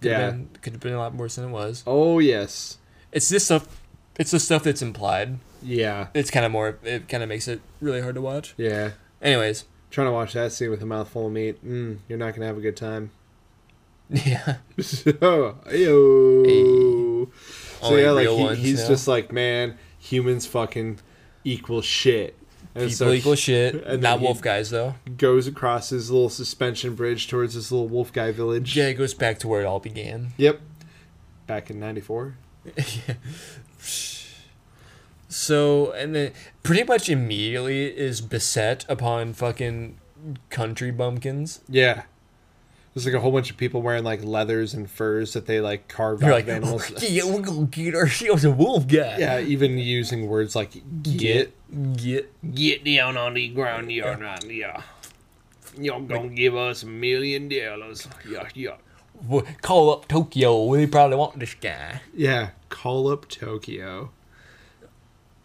Could
Yeah.
have been, could have been a lot worse than it was.
Oh yes.
It's this stuff. It's the stuff that's implied.
Yeah.
It's kind of more. It kind of makes it really hard to watch.
Yeah.
Anyways,
Trying to watch that scene with a mouthful of meat. Mm, you're not gonna have a good time.
yeah.
so, ayo. so
Only
yeah, like
real
he,
ones
he's
now.
just like, man, humans fucking equal shit. And
People
so
equal
he
shit.
and
Not
then he-
wolf guys though.
goes across his little suspension bridge towards this little wolf guy village.
Yeah, it goes back to where it all began.
Yep. Back in '94.
So and then pretty much immediately is beset upon fucking country bumpkins.
Yeah. There's like a whole bunch of people wearing like leathers and furs that they like carved
They're
out
like,
of animals.
yeah, we're gonna get our was a wolf guy.
yeah, even using words like get.
Get get
Get down on the ground, you're not, yeah. You're gonna give us a million dollars. Yeah, yeah.
w- call up Tokyo. We probably want this guy.
Yeah, call up Tokyo.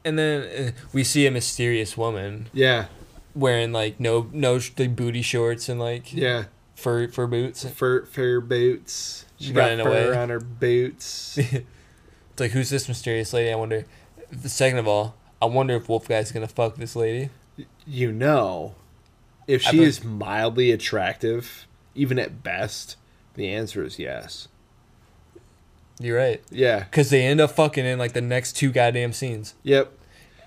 And then uh, we see a mysterious woman
Yeah,
wearing like no no sh- the booty shorts and like
yeah.
fur fur boots. It's
Fur, fur boots. She
Running
got fur
away.
on her boots.
like who's this mysterious lady? I wonder. Second of all, I wonder if Wolf Guy's gonna fuck this lady.
you know, if
I
she
bet-
is mildly attractive, even at best, the answer is yes.
You're right.
Yeah.
Because they end up fucking in like the next two goddamn scenes.
Yep.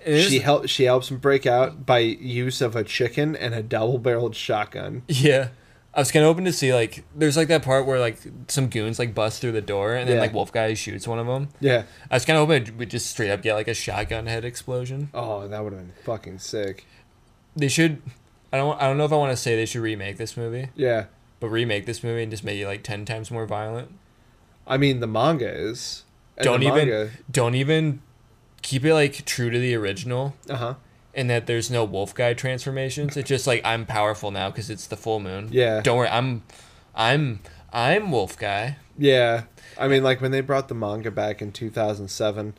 And it's-
She help she helps him break out by use of a chicken and a double barreled shotgun.
yeah. I was kind of hoping to see like there's like that part where like some goons like bust through the door and then
Yeah.
like Wolf Guy shoots one of them.
Yeah.
I was kind of hoping we just straight up get like a shotgun head explosion.
Oh, that would have been fucking sick.
They should. I don't. I don't know if I want to say they should remake this movie,
Yeah.
but remake this movie and just make it like ten times more violent.
I mean the manga is. and
Don't
the
even.
manga-
Don't even keep it like true to the original.
uh-huh.
and that there's no wolf guy transformations. It's just like I'm powerful now because it's the full moon.
Yeah.
Don't worry, I'm, I'm, I'm wolf guy.
Yeah. I mean like when they brought the manga back in 2007,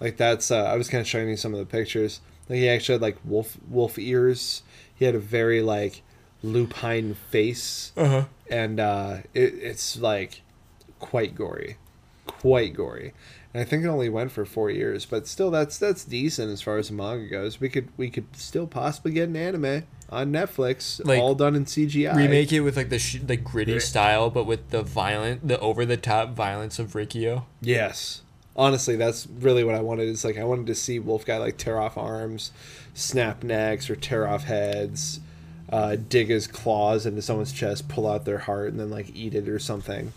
like that's uh, I was kind of showing you some of the pictures. Like he actually had like wolf wolf ears. He had a very like lupine face,
Uh-huh.
and uh, it, it's like quite gory, quite gory. And I think it only went for four years, but still, that's that's decent as far as the manga goes. We could we could still possibly get an anime on Netflix,
Like,
all done in CGI.
Remake it with like the sh- the gritty
Right.
style, but with the violent, the over the top violence of Rikio.
Yes. Honestly, that's really what I wanted. Is like I wanted to see Wolf Guy like tear off arms, snap necks, or tear off heads, uh, dig his claws into someone's chest, pull out their heart, and then like eat it or something.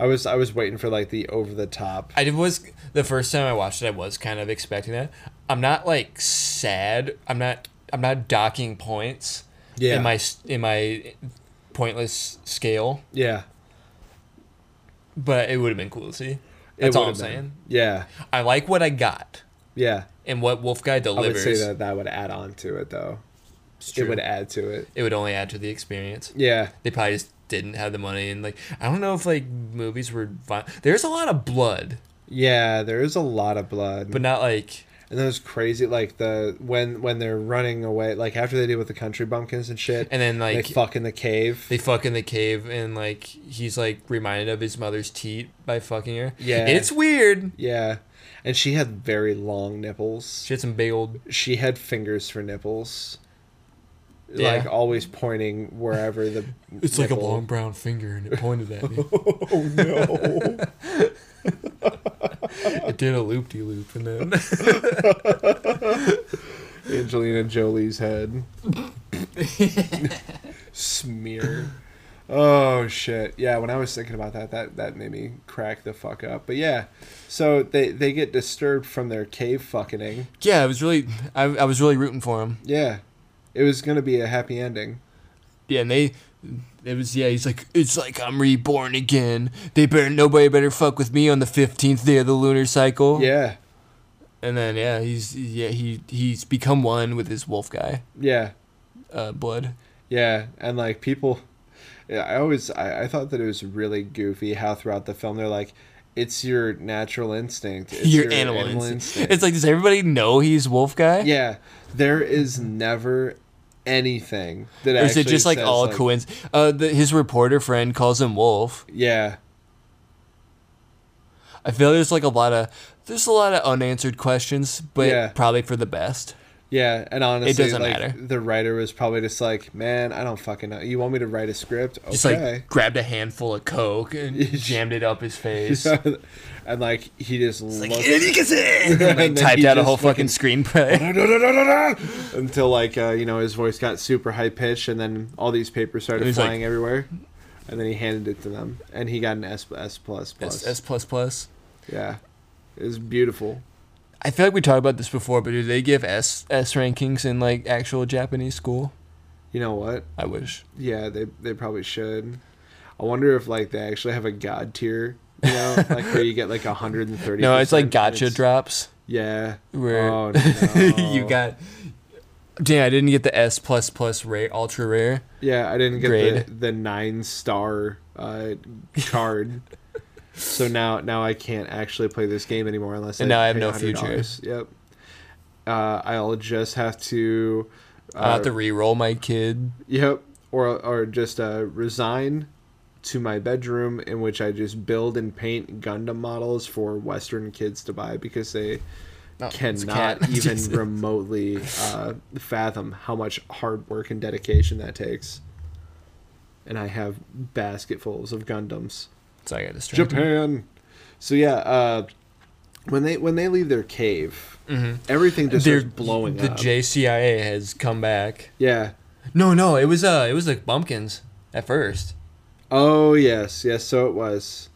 I was I was waiting for like the over the top.
I did was the first time I watched it. I was kind of expecting that. I'm not like sad. I'm not. I'm not docking points.
Yeah.
In my s- in my pointless scale,
Yeah, but
but it would have been cool to see.
it
That's all I'm
would've been.
saying.
Yeah,
I like what I got
yeah.
and what Wolf
I
Guy
would
delivers.
say that that would add on to it though. It would add to it.
It would only add to the experience.
Yeah,
They probably just didn't have the money and like I don't know if like movies were. Vi- There's a lot of blood,
yeah. There is a lot of blood.
but not like
And those crazy like the when when they're running away, like after they deal with the country bumpkins and shit,
And then, like-
they fuck in the cave.
they fuck in the cave and like he's like reminded of his mother's teat by fucking her.
Yeah.
It's weird.
yeah, and she had very long nipples.
She had some big old
She had fingers for nipples,
Yeah.
like always pointing wherever the.
It's like a
nipple-
long brown finger and it pointed at me.
Oh no!
it did a loop de loop and then
Angelina Jolie's head. Smear. Oh shit. Yeah, when I was thinking about that, that that made me crack the fuck up. But yeah. So they they get disturbed from their cave fucking.
Yeah, I was really I, I was really rooting for him.
Yeah. It was going to be a happy ending.
Yeah, and they it was yeah, he's like it's like I'm reborn again. They better nobody better fuck with me on the 15th day of the lunar cycle.
Yeah.
And then yeah, he's yeah, he he's become one with his wolf guy.
Yeah.
Uh blood.
Yeah, and like people, yeah, I always I, I thought that it was really goofy how throughout the film they're like, it's your natural instinct, it's
Your, animal, instinct. It's like does everybody know he's wolf guy?
yeah, there is never anything that
Or is it
actually
just like
says,
all coincidence? Uh, the, his reporter friend calls him Wolf.
Yeah,
I feel there's like a lot of there's a lot of unanswered questions, but
Yeah.
probably for the best.
yeah, and honestly,
doesn't
like,
matter.
The writer was probably just like, man, I don't fucking know. You want me to write a script? Okay.
Just like grabbed a handful of coke and jammed it up his face.
and like he just
Like,
looked-
"Idiocracy!" and like
And then
typed
he
out a
just
whole fucking screenplay.
until like uh, you know his voice got super high pitched and then all these papers started
He's like-
flying everywhere and then he handed it to them and he got an s s plus plus
S plus plus.
yeah it was beautiful
I feel like we talked about this before, but do they give S S rankings in like actual Japanese school?
you know what
I wish.
yeah they, they probably should i wonder if like they actually have a god tier you know like where you get like 130
No, it's like gotcha drops
yeah
where
oh, no.
you got. Damn, I didn't get the S plus plus rare ultra rare.
Yeah, I didn't get the,
grade.
the nine star uh, card. so now now I can't actually play this game anymore unless
And now I have
pay
no
$100. Yep. Uh, I'll just have to. Uh,
I'll have to re-roll my kid.
Yep. Or or just uh, resign to my bedroom in which I just build and paint Gundam models for Western kids to buy because they cannot
Oh, cat.
even
Jesus.
remotely uh, fathom how much hard work and dedication that takes. And I have basketfuls of Gundams.
So I got distracted.
Japan. So yeah, uh, when they when they leave their cave, everything just
Mm-hmm. They're
starts blowing
The
up.
JCIA has come back.
yeah.
No, no, it was uh, it was the Bumpkins at first.
Oh yes, yes. So it was.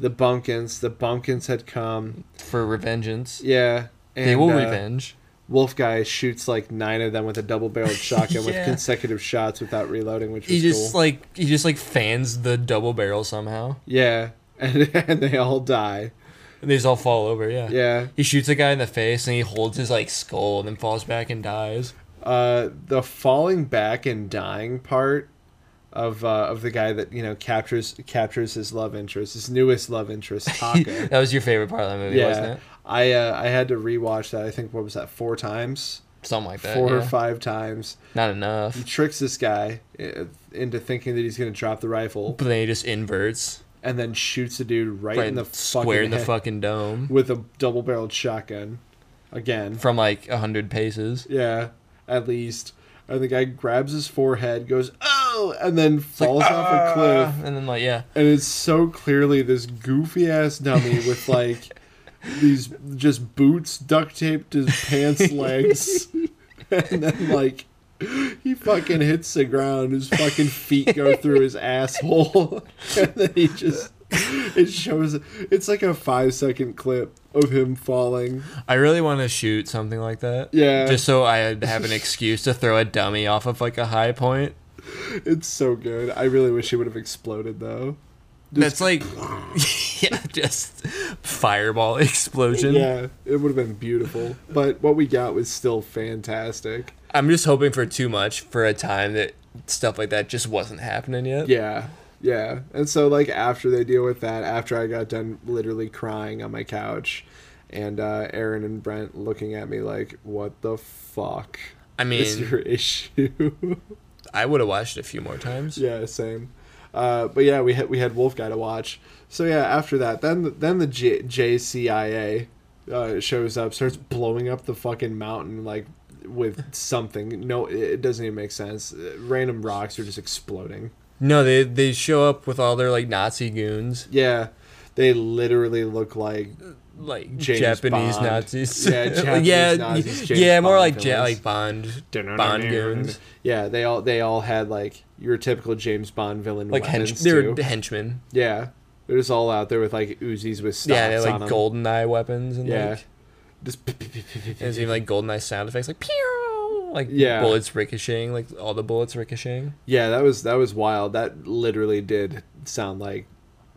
The Bumpkins. The Bumpkins had come.
for revengeance.
Yeah. And,
they will
uh,
revenge.
Wolf guy shoots like nine of them with a double-barreled shotgun with
Yeah.
consecutive shots without reloading, which was
He just
cool.
like he just like fans the double barrel somehow,
yeah, and, and they all die.
and they just all fall over. Yeah.
Yeah.
He shoots a guy in the face and he holds his like skull and then falls back and dies.
Uh, the falling back and dying part of uh, of the guy that you know captures captures his love interest, his newest love interest, Taka.
that was your favorite part of that movie, wasn't
yeah,
it?
I uh, I had to rewatch that. I think what was that four times,
Something like that.
four or
yeah.
five times.
Not enough.
He tricks this guy uh, into thinking that he's gonna drop the rifle,
But then he just inverts,
and then shoots the dude right,
right
in the
square
fucking
in the
head
fucking dome
with a double barreled shotgun. Again,
from like a hundred paces.
yeah, at least. And the guy grabs his forehead, goes oh, and then falls off a cliff.
And then like yeah,
and it's so clearly this goofy ass dummy with like these just boots duct taped to his pants legs and then like he fucking hits the ground his fucking feet go through his asshole and then he just it shows it's like a five second clip of him falling
I really want to shoot something like that.
Yeah.
Just so I have an excuse to throw a dummy off of like a high point.
it's so good i really wish he would have exploded though
That's like, yeah, just fireball explosion.
yeah it would have been beautiful but what we got was still fantastic
I'm just hoping for too much for a time that stuff like that just wasn't happening yet.
Yeah. Yeah. And so like after they deal with that, after I got done literally crying on my couch and uh Aaron and Brent looking at me like, "What the fuck
I
is
mean,
your issue?"
I would have watched it a few more times.
yeah, same. Uh, but yeah, we had we had Wolf Guy to watch. So yeah, after that, then then the J- JCIA uh, shows up, starts blowing up the fucking mountain like with something. No, it it doesn't even make sense. Uh, Random rocks are just exploding.
No, they they show up with all their like Nazi goons,
Yeah, they literally look like
like
James
Japanese
Bond.
Nazis.
Yeah, Japanese
yeah,
Nazis,
y-
James
yeah, more
Bond
like ja-
villains.
like Bond Bond goons,
Yeah, they all they all had like your typical James Bond villain
like hench-
weapons
they
too.
were henchmen.
yeah, they're just all out there with like Uzis with stocks
Yeah, they
on
like
'em.
golden eye weapons and
Yeah,
like
just p- p- p- p- p-
and it's even like golden eye sound effects like pew, like
Yeah.
bullets ricocheting, like all the bullets ricocheting.
yeah. That was that was wild. That literally did sound like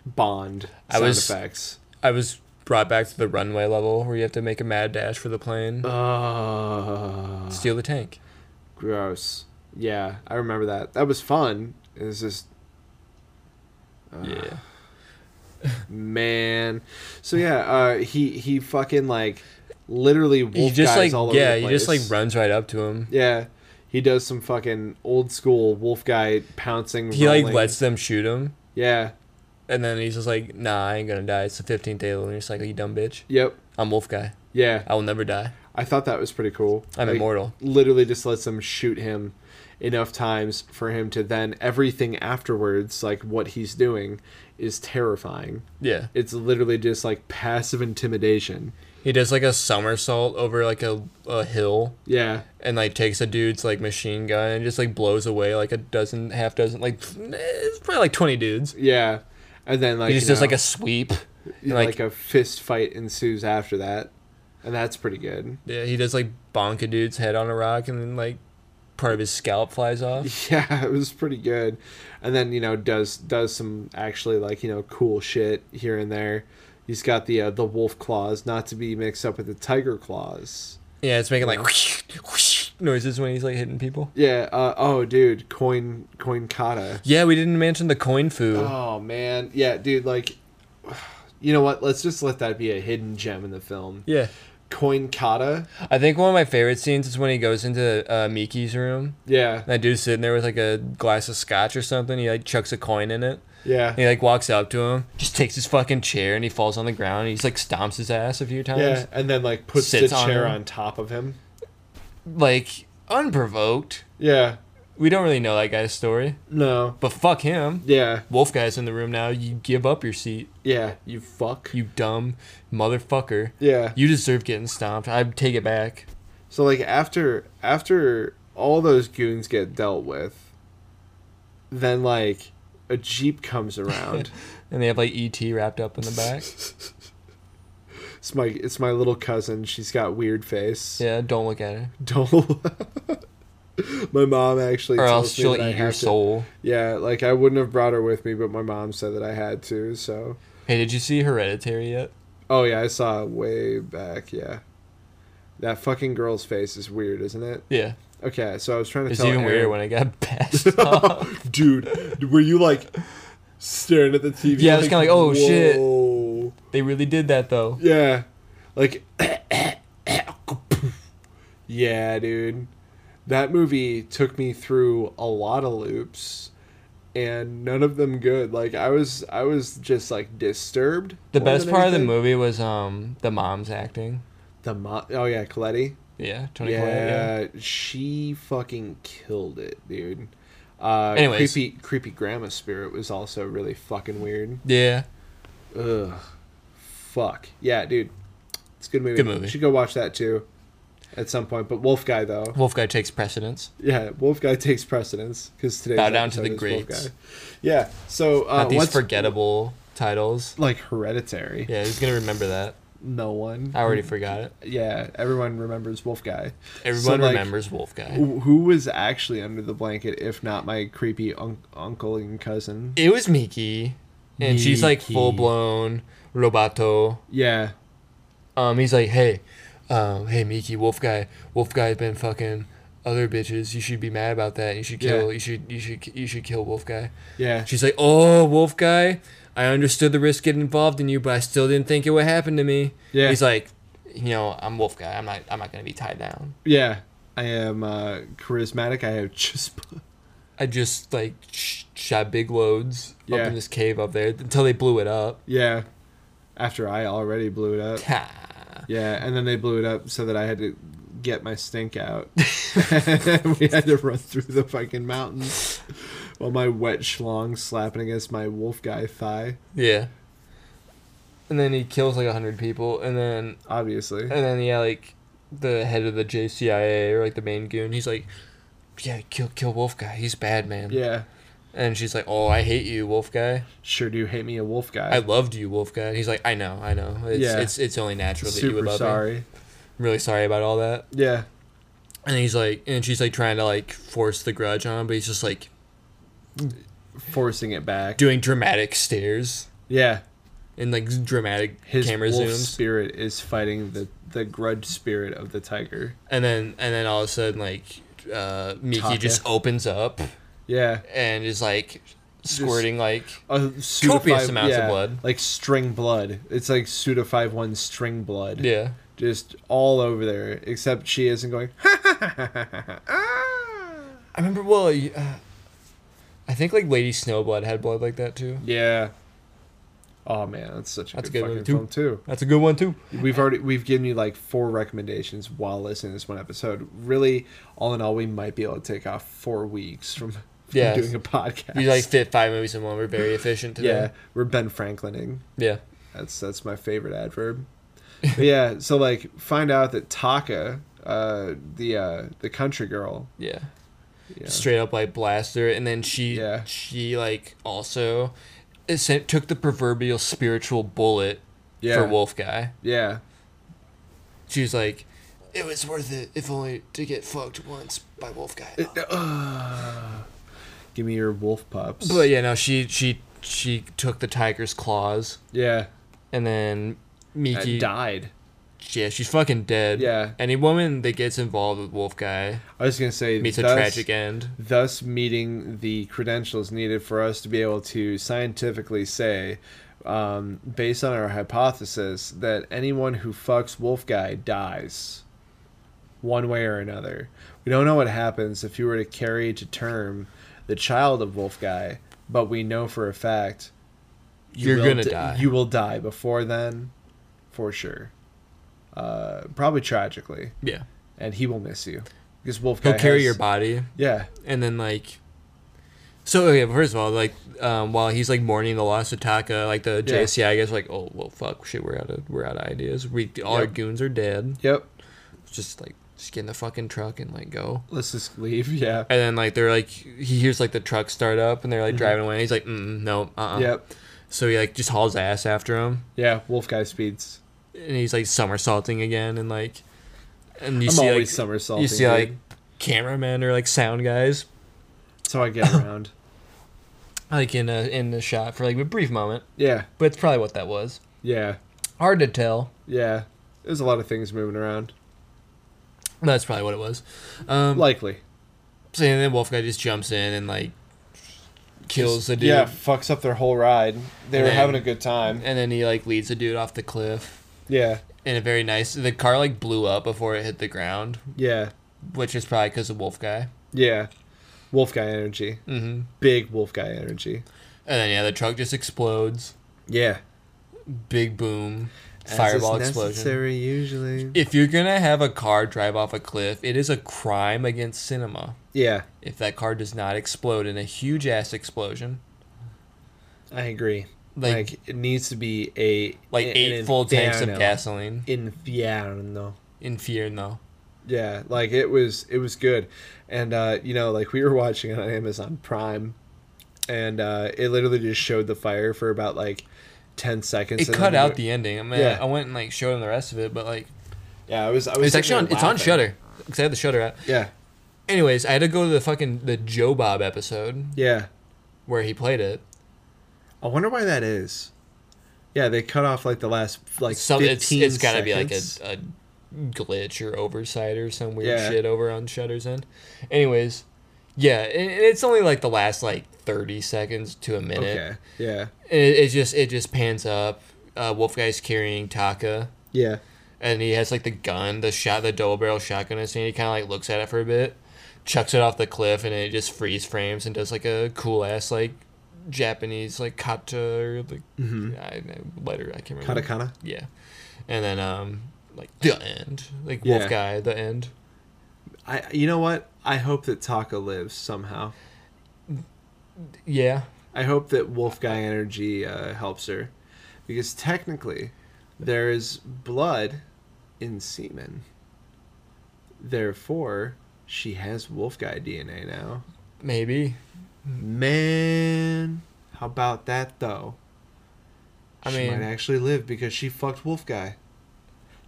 Bond
I
sound
was-
effects.
I was brought back to the runway level where you have to make a mad dash for the plane,
Uh, Ugh.
steal the tank.
gross. Yeah, I remember that. That was fun. It was just uh,
yeah,
man. So yeah, uh, he he fucking like literally wolf
he just
guys
like
all over
yeah,
the
he
place.
just like runs right up to him.
Yeah, he does some fucking old school wolf guy pouncing.
He
rolling.
like lets them shoot him.
Yeah.
And then he's just like, nah, I ain't gonna die. It's the 15th day of the lunar cycle, you dumb bitch.
Yep.
I'm Wolf Guy.
Yeah.
I will never die.
I thought that was pretty cool.
I'm
Like,
immortal.
Literally just lets them shoot him enough times for him to then everything afterwards, like what he's doing, is terrifying.
Yeah.
It's literally just like passive intimidation.
He does like a somersault over like a, a hill
Yeah.
and like takes a dude's like machine gun and just like blows away like a dozen, half dozen, like it's probably like 20 dudes.
Yeah. And then like
He just
you
does like
know-
a sweep.
Yeah,
like-
like, a fist fight ensues after that, and that's pretty good.
Yeah, he does like bonk a dude's head on a rock and then like part of his scalp flies off.
Yeah, it was pretty good, and then you know does does some actually like you know cool shit here and there. He's got the uh, the wolf claws, not to be mixed up with the tiger claws.
Yeah, it's making like noises when he's like hitting people.
Yeah. Uh, oh, dude, coin coin kata.
Yeah, we didn't mention the coin foo.
Oh man, yeah, dude, like. You know what? Let's just let that be a hidden gem in the film.
yeah.
Coin kata.
I think one of my favorite scenes is when he goes into uh, Miki's room.
Yeah.
That dude's sitting there with like a glass of scotch or something. He like chucks a coin in it.
Yeah.
And he like walks up to him, just takes his fucking chair, and he falls on the ground. And he's like stomps his ass a few times.
Yeah. And then like puts the
Sits on
chair
him.
on top of him.
Like unprovoked.
Yeah.
We don't really know that guy's story,
No.
but fuck him.
Yeah,
Wolf guy's in the room now. You give up your seat,
yeah, you fuck.
you dumb motherfucker.
Yeah.
You deserve getting stomped. I take it back.
So like after after all those goons get dealt with, then like a jeep comes around.
And they have like ET wrapped up in the back.
it's my it's my little cousin. She's got weird face.
Yeah, don't look at her,
Don't. my mom actually.
or
tells
else
me
she'll
that I
eat your
have to-
soul.
Yeah, like I wouldn't have brought her with me, but my mom said that I had to. So.
Hey, did you see Hereditary yet?
Oh yeah, I saw it way back. Yeah. That fucking girl's face is weird, isn't it?
Yeah.
Okay, so I was trying to
It's
tell
even weirder
Aaron-
when I got passed off.
dude, were you like staring at the TV?
Yeah, I was kinda like, oh, shit.
shit.
They really did that though.
Yeah. Like Yeah, dude. That movie took me through a lot of loops and none of them good. Like I was I was just like disturbed.
The
more
best
than
part of the
anything.
movie was um the mom's acting.
The mo- oh yeah, Coletti.
Yeah, Tony Collette, yeah.
Yeah, she fucking killed it, dude. Uh
Anyways.
creepy creepy grandma spirit was also really fucking weird.
Yeah.
Ugh. Fuck. Yeah, dude. It's a good movie.
Good movie.
Should go watch that too at some point. But Wolf Guy though.
Wolf Guy takes precedence.
Yeah, Wolf Guy takes precedence because today.
Bow down to the greats.
Yeah. So uh,
Not these
what's
forgettable titles.
like Hereditary?
Yeah, who's gonna remember that?
No one.
I already forgot it.
yeah, everyone remembers Wolf Guy.
Everyone
like,
remembers Wolf Guy.
Who who was actually under the blanket if not my creepy un- uncle and cousin?
It was Miki, and she's like
Miki.
full blown Roboto.
Yeah.
Um, he's like, hey, um, hey Miki, Wolf Guy, Wolf Guy's been fucking other bitches. You should be mad about that. You should kill.
Yeah.
You should. You should. You should kill Wolf Guy.
Yeah.
She's like, "Oh, Wolf guy, I understood the risk getting involved in you, but I still didn't think it would happen to me."
Yeah.
He's like, "You know, I'm Wolf guy. I'm not. I'm not gonna be tied down.
Yeah. I am uh, charismatic. I have chispa.
I just like sh- shot big loads
Yeah.
up in this cave up there until they blew it up.
Yeah. After I already blew it up.
Ha.
Yeah, and then they blew it up so that I had to get my stink out. we had to run through the fucking mountains while my wet schlong slapping against my wolf guy thigh,
yeah. And then he kills like a hundred people, and then
obviously.
and then yeah, like the head of the JCIA or like the main goon, he's like, "Yeah, kill kill Wolf guy. He's bad man."
Yeah,
And she's like, "Oh, I hate you, Wolf guy."
sure do hate me a wolf
I
guy.
loved you, Wolfgang. He's like, I know, I know. It's
Yeah.
it's, it's only natural that you would
Super
love me.
sorry.
I'm really sorry about all that.
Yeah,
And he's like, and she's like trying to like force the grudge on him, but he's just like
forcing it back.
doing dramatic stares
Yeah,
and like dramatic
his
camera
wolf
zooms.
spirit is fighting the the grudge spirit of the tiger.
and then and then all of a sudden like uh, Miki
Taka.
just opens up
Yeah,
and is like squirting like
a pseudo-five-
amounts of
yeah,
blood.
like string blood. It's like pseudo five one string blood.
yeah.
just all over there. Except she isn't going.
I remember well, you- uh, I think like Lady Snowblood had blood like that too.
yeah. Oh man, that's such a
That's
good,
a good
fucking
movie, too.
film too.
That's a good one too.
We've already we've given you like four recommendations while listening to this one episode. Really, all in all, we might be able to take off four weeks from, from
Yeah.
doing a podcast.
We like fit five movies in one. We're very efficient
yeah,
today.
we're Ben Franklining.
Yeah.
That's that's my favorite adverb. But yeah, so like find out that Taka, uh, the uh, the country girl,
Yeah. Yeah.
yeah,
straight up like blaster and then she
Yeah.
she like also it sent, took the proverbial spiritual bullet
yeah,
for wolf guy
yeah,
she was like it was worth it if only to get fucked once by wolf guy
give me your wolf pups.
but yeah no she she she took the tiger's claws
Yeah,
and then miki
and died.
yeah she's fucking dead
Yeah.
any woman that gets involved with wolf guy
I was gonna say
meets a
thus,
tragic end
thus meeting the credentials needed for us to be able to scientifically say, um, based on our hypothesis, that anyone who fucks Wolf Guy dies, one way or another. We don't know what happens if you were to carry to term the child of Wolf Guy, but we know for a fact you
you're
will
gonna
di-
die
You will die before then, for sure. Uh, probably tragically.
yeah
and he will miss you because Wolf.
he'll
Guy
carry
has-
your body
Yeah,
and then like so okay first of all like um, while he's like mourning the loss of taka like the
Yeah.
jci guys are like oh well fuck shit we're out of we're out of ideas we all our
Yep.
goons are dead
yep.
just like just get in the fucking truck and like go
Let's just leave. Yeah,
and then like they're like he hears like the truck start up and they're like driving away and he's like mm, no uh-uh.
Mm-hmm. yep,
so he like just hauls ass after him
yeah. Wolf Guy speeds.
and he's like somersaulting again and like and you
I'm
see like
always somersaulting.
you see
dude.
like cameramen or like sound guys
That's how I get around.
like in a in the shot for like a brief moment
yeah,
but it's probably what that was
yeah,
Hard to tell.
yeah. There's a lot of things moving around.
That's probably what it was. Um,
Likely.
so- and then Wolf guy just jumps in and like kills the dude.
Yeah, fucks up their whole ride. They
And
were
then-
having a good time.
And then he like leads the dude off the cliff
Yeah,
in a very nice. The car like blew up before it hit the ground,
yeah,
which is probably because of Wolf guy.
yeah. Wolf guy energy.
Mm-hmm.
Big wolf guy energy.
And then yeah, the truck just explodes.
Yeah.
Big boom.
As
Fireball
is
explosion.
necessary usually.
If you're gonna have a car drive off a cliff, it is a crime against cinema.
Yeah,
If that car does not explode in a huge ass explosion,
I agree. Like,
like
it needs to be a
like
an
eight full tanks of
inferno.
gasoline.
Inferno.
In fear, though.
Yeah, like it was it was good. And uh, you know, like we were watching it on Amazon Prime and uh it literally just showed the fire for about like 10 seconds
It
and
cut
then
out
we-
the ending. I mean,
Yeah.
I went and like showed him the rest of it, but like
Yeah, I was I was
it's actually on.
sitting there
It's on
laughing.
Shutter because I had the Shutter app.
Yeah.
Anyways, I had to go to the fucking the Joe Bob episode
Yeah.
where he played it.
I wonder why that is. Yeah, they cut off like the last like
Some,
15
it's it's got to be like a,
seconds.
a glitch or oversight or some weird
Yeah.
shit over on Shutter's end. Anyways, yeah, and and it's only like the last like thirty seconds to a minute.
Okay. Yeah.
And it, it just it just pans up. Uh, Wolfguy's carrying Taka.
Yeah.
and he has like the gun, the shot, the double barrel shotgun, in his hand. He kind of like looks at it for a bit, chucks it off the cliff, and it just freeze frames and does like a cool ass like Japanese like kata or the I, I- letter I can't remember.
Mm-hmm. Katakana.
Yeah, and then um like the end, like
Yeah.
Wolf Guy, the end.
I you know what? I hope that Taka lives somehow.
Yeah,
I hope that Wolf Guy energy uh, helps her, because technically, there is blood in semen. Therefore, she has Wolf Guy DNA now.
maybe.
Hmm. Man, how about that though?
I
she might
mean,
actually live because she fucked Wolf Guy.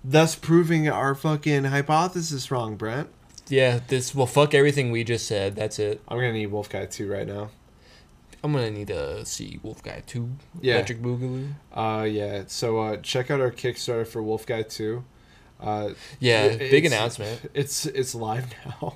Thus proving our fucking hypothesis wrong, Brent.
yeah. This well, fuck everything we just said. That's it.
I'm gonna need Wolf Guy too right now.
I'm gonna need to see Wolf Guy two.
Yeah.
Electric Boogaloo.
Uh, yeah. So uh, check out our Kickstarter for Wolf Guy Two. Uh,
Yeah,
it-
big
it's-
announcement.
It's it's live now.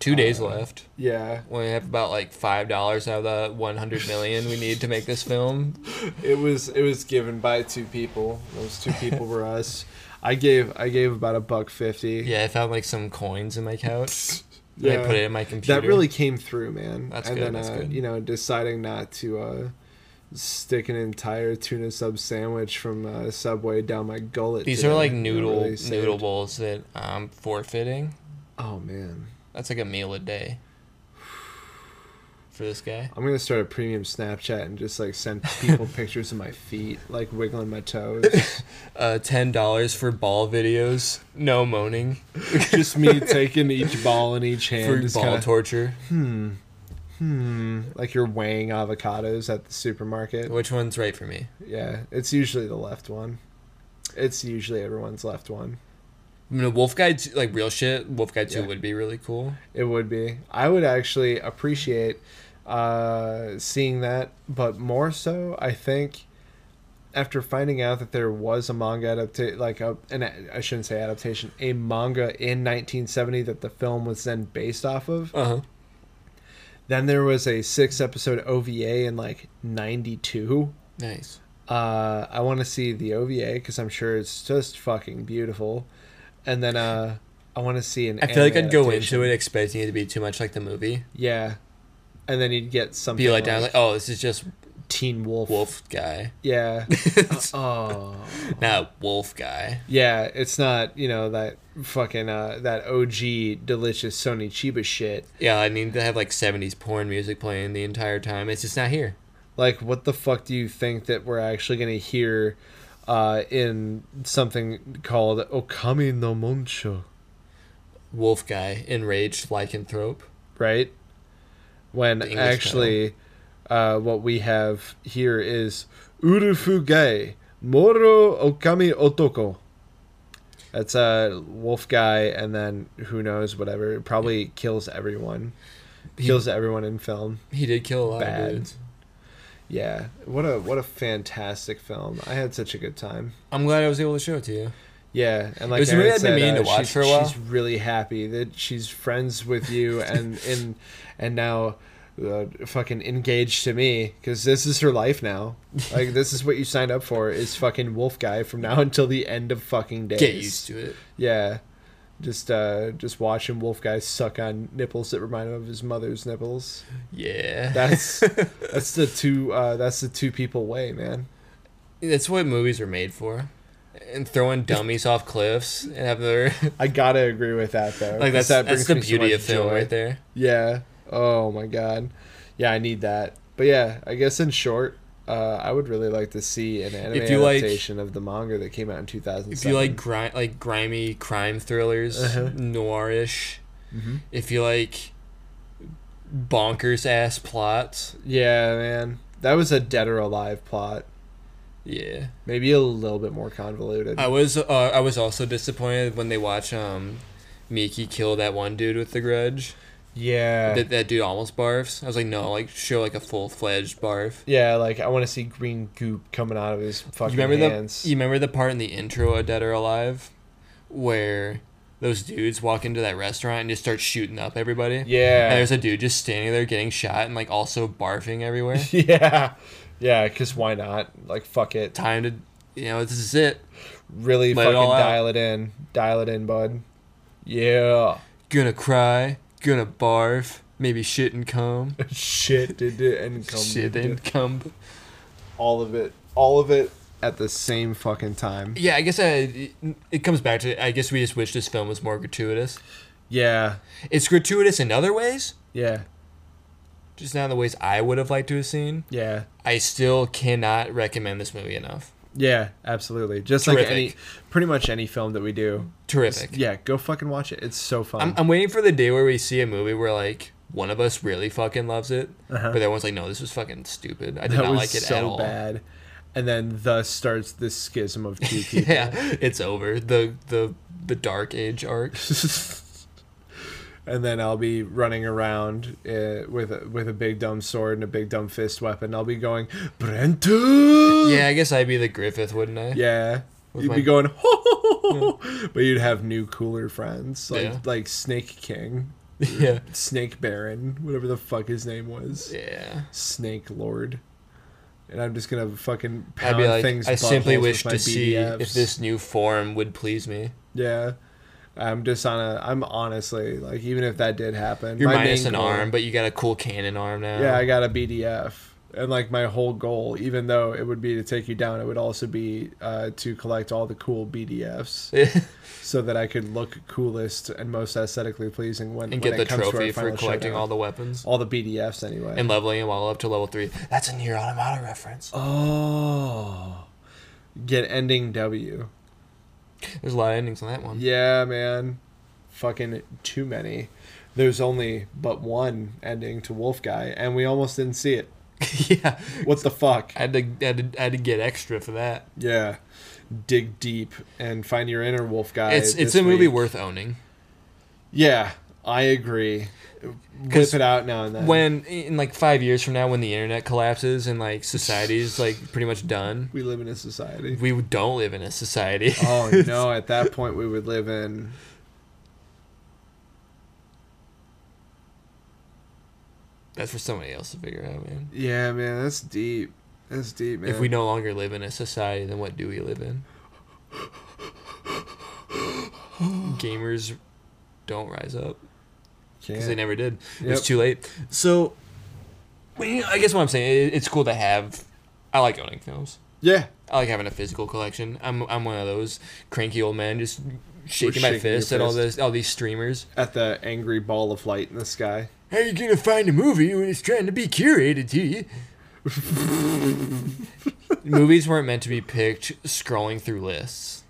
Two
Uh,
days left.
Yeah,
We have about like five dollars out of the one hundred million we need to make this film.
it was it was given by two people. Those two people were us. I gave I gave about a buck fifty.
Yeah, I found like some coins in my couch.
Yeah.
I put it in my computer.
that really came through, man.
That's
and
good,
then
that's
uh,
good.
you know deciding not to uh, stick an entire tuna sub sandwich from uh, Subway down my gullet.
These
today.
are like
It
noodle
really saved-
noodle bowls that I'm forfeiting.
Oh man,
That's like a meal a day for this guy.
I'm gonna start a premium Snapchat and just like send people pictures of my feet, like wiggling my toes.
Uh, ten dollars for ball videos. No moaning
just me taking each ball in each hand.
for
just
ball
kinda-
torture.
Hmm. Like you're weighing avocados at the supermarket.
Which one's right for me?
Yeah, it's usually the left one. It's usually everyone's left one.
I mean, a Wolf Guy, t- like real shit. Wolf Guy Two
Yeah.
would be really cool.
It would be. I would actually appreciate uh, seeing that, but more so, I think, after finding out that there was a manga adaptation, like a, an, I shouldn't say adaptation, a manga in 1970 that the film was then based off of.
Uh huh.
Then there was a six episode OVA in like 92.
Nice.
Uh, I want to see the OVA because I'm sure it's just fucking beautiful. And then uh, I want to see an.
I feel like
anime
I'd go
adaptation.
into it expecting it to be too much like the movie.
Yeah, and then you'd get something
Be like,
like,
down, like, oh, this is just
Teen Wolf.
wolf guy.
Yeah. oh.
Not wolf guy.
Yeah, it's not you know that fucking uh, that OG delicious Sony Chiba shit.
Yeah, I need to have like 70s porn music playing the entire time. It's just not here.
Like, what the fuck do you think that we're actually gonna hear? Uh, in something called Okami no Moncho.
Wolf guy, enraged lycanthrope.
right? When
English
actually, uh, what we have here is Urufugai Moro Okami Otoko. That's a wolf guy, and then who knows, whatever. It probably kills everyone. Kills everyone in film.
He did kill a lot
Bad.
of dudes.
Yeah, what a what a fantastic film. I had such a good time.
I'm glad I was able to show it to you.
Yeah, and like
was a
Aaron
movie I'd been
said,
meaning
uh,
to watch
she-
for a while.
She's really happy that she's friends with you and and and now uh, fucking engaged to me because this is her life now. Like this is what you signed up for is fucking wolf guy from now until the end of fucking days.
Get used to it.
Yeah. Just uh just watching Wolf Guy suck on nipples that remind him of his mother's nipples.
Yeah.
That's that's the two uh that's the two people way, man.
That's what movies are made for. And throwing dummies off cliffs and have their
I gotta agree with that though.
like
'cause
that's
that
that's
brings
the
me so
beauty
much
of film
joy.
right there.
Yeah. Oh my god. Yeah, I need that. But yeah, I guess in short, uh, I would really like to see an anime
you like-
adaptation of the manga that came out in 2007.
If you like gri- like grimy crime thrillers,
Uh-huh. Mm-hmm.
noirish. If you like bonkers ass plots,
yeah, man, that was a dead or alive plot.
yeah.
Maybe a little bit more convoluted.
I was uh, I was also disappointed when they watch um Miki kill that one dude with the grudge.
yeah.
That that dude almost barfs. I was like, no, like show like a full fledged barf.
yeah, like I want to see green goop coming out of his
You
fucking
remember
hands.
the e you remember the part in the intro of Dead or Alive where those dudes walk into that restaurant and just start shooting up everybody? And
yeah.
there's a dude just standing there getting shot and like also barfing everywhere.
yeah. Yeah, cuz why not? Like fuck it.
Time to you know, this is it.
Really
Let it
fucking
all out.
dial it in. Dial it in, bud. Yeah.
Gonna cry, gonna barf, maybe shit and cum.
shit did it and come
shit and cum.
all of it all of it at the same fucking time
Yeah, I guess I, it comes back to I guess we just wish this film was more gratuitous.
yeah
It's gratuitous in other ways,
yeah
just not in the ways I would have liked to have seen.
yeah
I still cannot recommend this movie enough.
yeah absolutely just
Terrific.
like any pretty much any film that we do
Terrific.
yeah go fucking watch it it's so fun
I'm, I'm waiting for the day where we see a movie where like one of us really fucking loves it, but the other one's like, no, this was fucking stupid. I did
Uh-huh. that
not
was
like it
so
at all.
bad and then thus starts this schism of two people
Yeah, it's over. the the The Dark Age arc.
and then I'll be running around uh, with a, with a big dumb sword and a big dumb fist weapon. I'll be going Brenton.
yeah, I guess I'd be the Griffith, wouldn't I?
Yeah.
With
you'd
my-
be going, but you'd have new cooler friends like
Yeah.
like Snake King,
Yeah.
Snake Baron, whatever the fuck his name was,
Yeah.
Snake Lord. And I'm just gonna fucking
I'd
pound
be like,
things.
I simply
buttholes
wish
with my
to see if
BDFs.
this new form would please me.
Yeah, I'm just on a. I'm honestly like, even if that did happen,
You're
my
minus
main
an
goal-
arm, but you got a cool cannon arm now.
Yeah, I got a BDF. And like my whole goal, even though it would be to take you down, it would also be uh, to collect all the cool BDFs. so that I could look coolest and most aesthetically pleasing when,
and
when
get
it
the
comes
trophy
to our
for
final
collecting
showdown.
all the weapons
all the BDFs anyway.
and leveling them all up to level three. That's a near automata reference.
oh, get ending W.
There's a lot of endings on that one.
Yeah, man, fucking too many. There's only but one ending to Wolf Guy, and we almost didn't see it.
yeah.
What the fuck?
I had, to, I, had to, I had to get extra for that.
Yeah, dig deep and find your inner Wolf Guy.
it's it's
this
a movie
week.
worth owning.
Yeah, I agree. Whip
'Cause
it out now and then.
When in like five years from now, when the internet collapses and like society's like pretty much done,
we live in a society.
we don't live in a society.
Oh no! At that point, we would live in.
That's for somebody else to figure out, man.
Yeah, man, that's deep. That's deep, man.
If we no longer live in a society, then what do we live in? Gamers don't rise up because they
can't.
never did. It was
Yep.
too late. So, well, you know, I guess what I'm saying, it, it's cool to have. I like owning films.
Yeah,
I like having a physical collection. I'm I'm one of those cranky old men just shaking my
shaking your
fist at all
fist.
this all these streamers.
at the angry ball of light in the sky.
How you gonna find a movie when it's trying to be curated to you? Movies weren't meant to be picked scrolling through lists.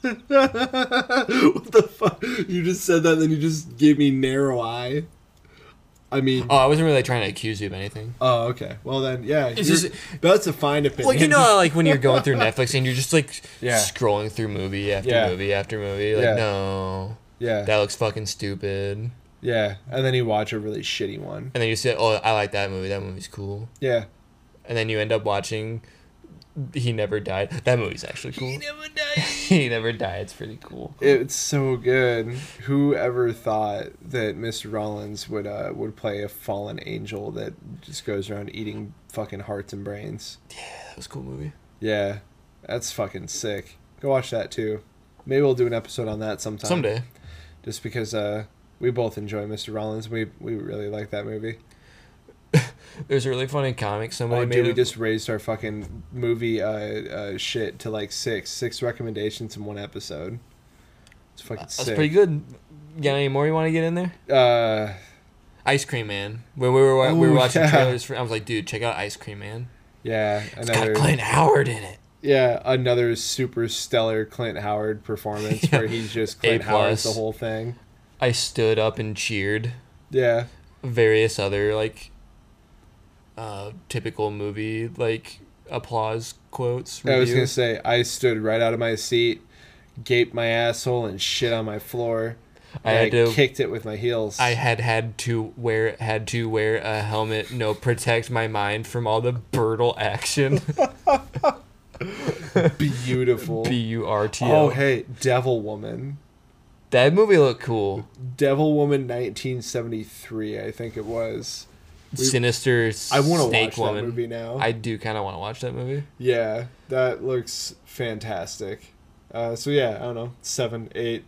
what the fuck? You just said that, then you just gave me narrow eye. I mean,
Oh, I wasn't really trying to accuse you of anything.
oh, okay. Well then, yeah.
It's
you're
just-
about to find a
Well, you know, uh, how, like when you're going through Netflix and you're just like
Yeah.
scrolling through movie after
Yeah.
movie after movie. Like,
Yeah.
no,
yeah,
that looks fucking stupid.
yeah. And then you watch a really shitty one.
And then you say, oh, I like that movie. That movie's cool.
Yeah,
And then you end up watching he never died. That movie's actually cool.
never died.
he never died. It's pretty cool.
It's so good. Whoever thought that Mr. Rollins would uh, would play a fallen angel that just goes around eating fucking hearts and brains?
That was a cool movie.
Yeah, that's fucking sick. Go watch that too. Maybe we'll do an episode on that sometime.
Someday.
Just because uh, we both enjoy Mr. Rollins, we we really like that movie.
There's a really funny comic somebody
Oh,
made.
dude, we
of-
just raised our fucking movie uh, uh, shit to like six, six recommendations in one episode. It's fucking
Uh, That's
sick.
pretty good. Got any more you want to get in there?
Uh,
Ice Cream Man. When we were, wa- we
Ooh,
were watching
yeah.
trailers for, I was like, dude, check out Ice Cream Man.
yeah,
It's got
another
Clint Howard in it.
yeah, another super stellar Clint Howard performance
Yeah.
where he's just
A
Clint Howard's the
plus.
whole thing.
I stood up and cheered.
Yeah,
Various other like, uh, typical movie like applause quotes.
I was gonna
reviews.
say I stood right out of my seat, gaped my asshole and shit on my floor.
I
and
had to-
kicked it with my heels.
I had had to wear had to wear a helmet. No, protect my mind from all the brutal action.
Beautiful.
B U R T
oh
O.
hey, Devil Woman.
That movie looked cool.
Devil Woman 1973, I think it was.
Sinister.
I want to
Snake
watch
Woman.
that movie now.
I do kind of want to watch that movie.
yeah, that looks fantastic. Uh, so yeah, I don't know, seven, eight.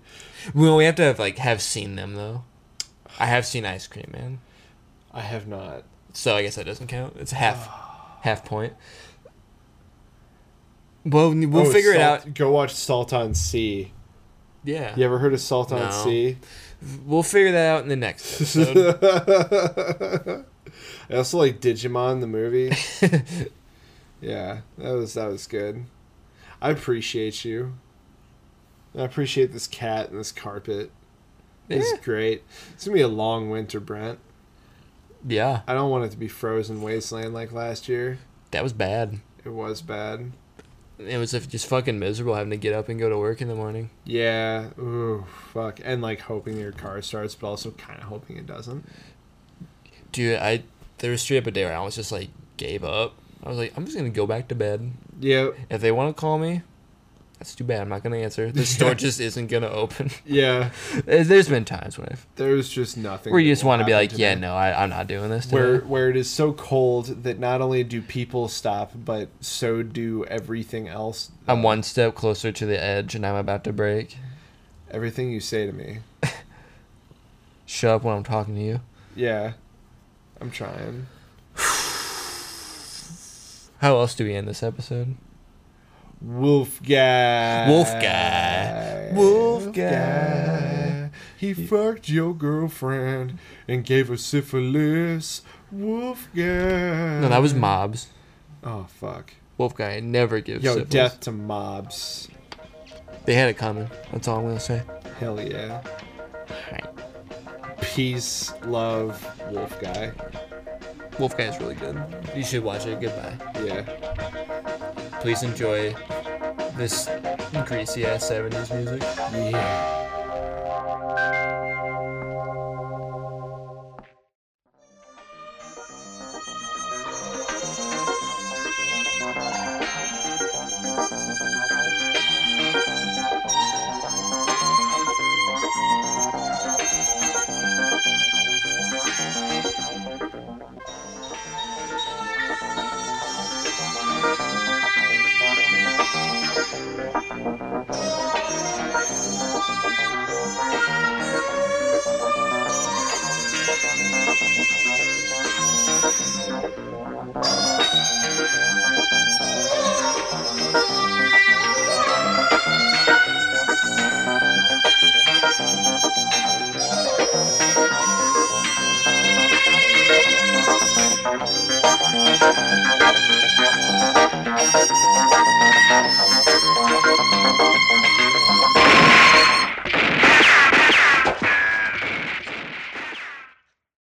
Well, we have to have like have seen them though. I have seen Ice Cream Man,
I have not.
so I guess that doesn't count. It's half half point. Well, n- we'll
Oh,
figure it
Salt-
out.
Go watch Salt on Sea.
Yeah.
You ever heard of Salt on
No.
Sea?
we'll figure that out in the next episode.
I also like Digimon the movie. yeah, that was that was good. I appreciate you. I appreciate this cat and this carpet. It's
Yeah.
great. It's gonna be a long winter, Brent.
yeah,
I don't want it to be frozen wasteland like last year.
that was bad.
It was bad.
It was just fucking miserable having to get up and go to work in the morning.
Yeah. Ooh, fuck. And like hoping your car starts, but also kind of hoping it doesn't.
Dude, I there was straight up a day where I almost just like gave up. I was like, I'm just gonna go back to bed.
Yeah.
If they want to call me, that's too bad. I'm not gonna answer. The store just isn't gonna open.
Yeah.
There's been times when I've
There's just nothing.
Where
that
you just
will
want to be
happen
like, yeah,
today.
no, I, I'm not doing this.
Where
today."
where it is so cold that not only do people stop, but so do everything else.
I'm one step closer to the edge and I'm about to break.
Everything you say to me.
Shut up when I'm talking to you.
Yeah. I'm trying.
How else do we end this episode?
Wolf guy.
Wolf guy. Wolf guy.
He fucked your girlfriend and gave her syphilis. Wolf guy.
No, that was mobs.
Oh fuck.
Wolf guy never gives.
Yo,
syphilis.
death to mobs.
They had it coming. That's all I'm gonna say.
Hell yeah.
Alright.
Peace, love, wolf guy.
Wolf guy's really good. You should watch it. Goodbye.
Yeah.
Please enjoy this greasy ass '70s music.
Yeah.
Thank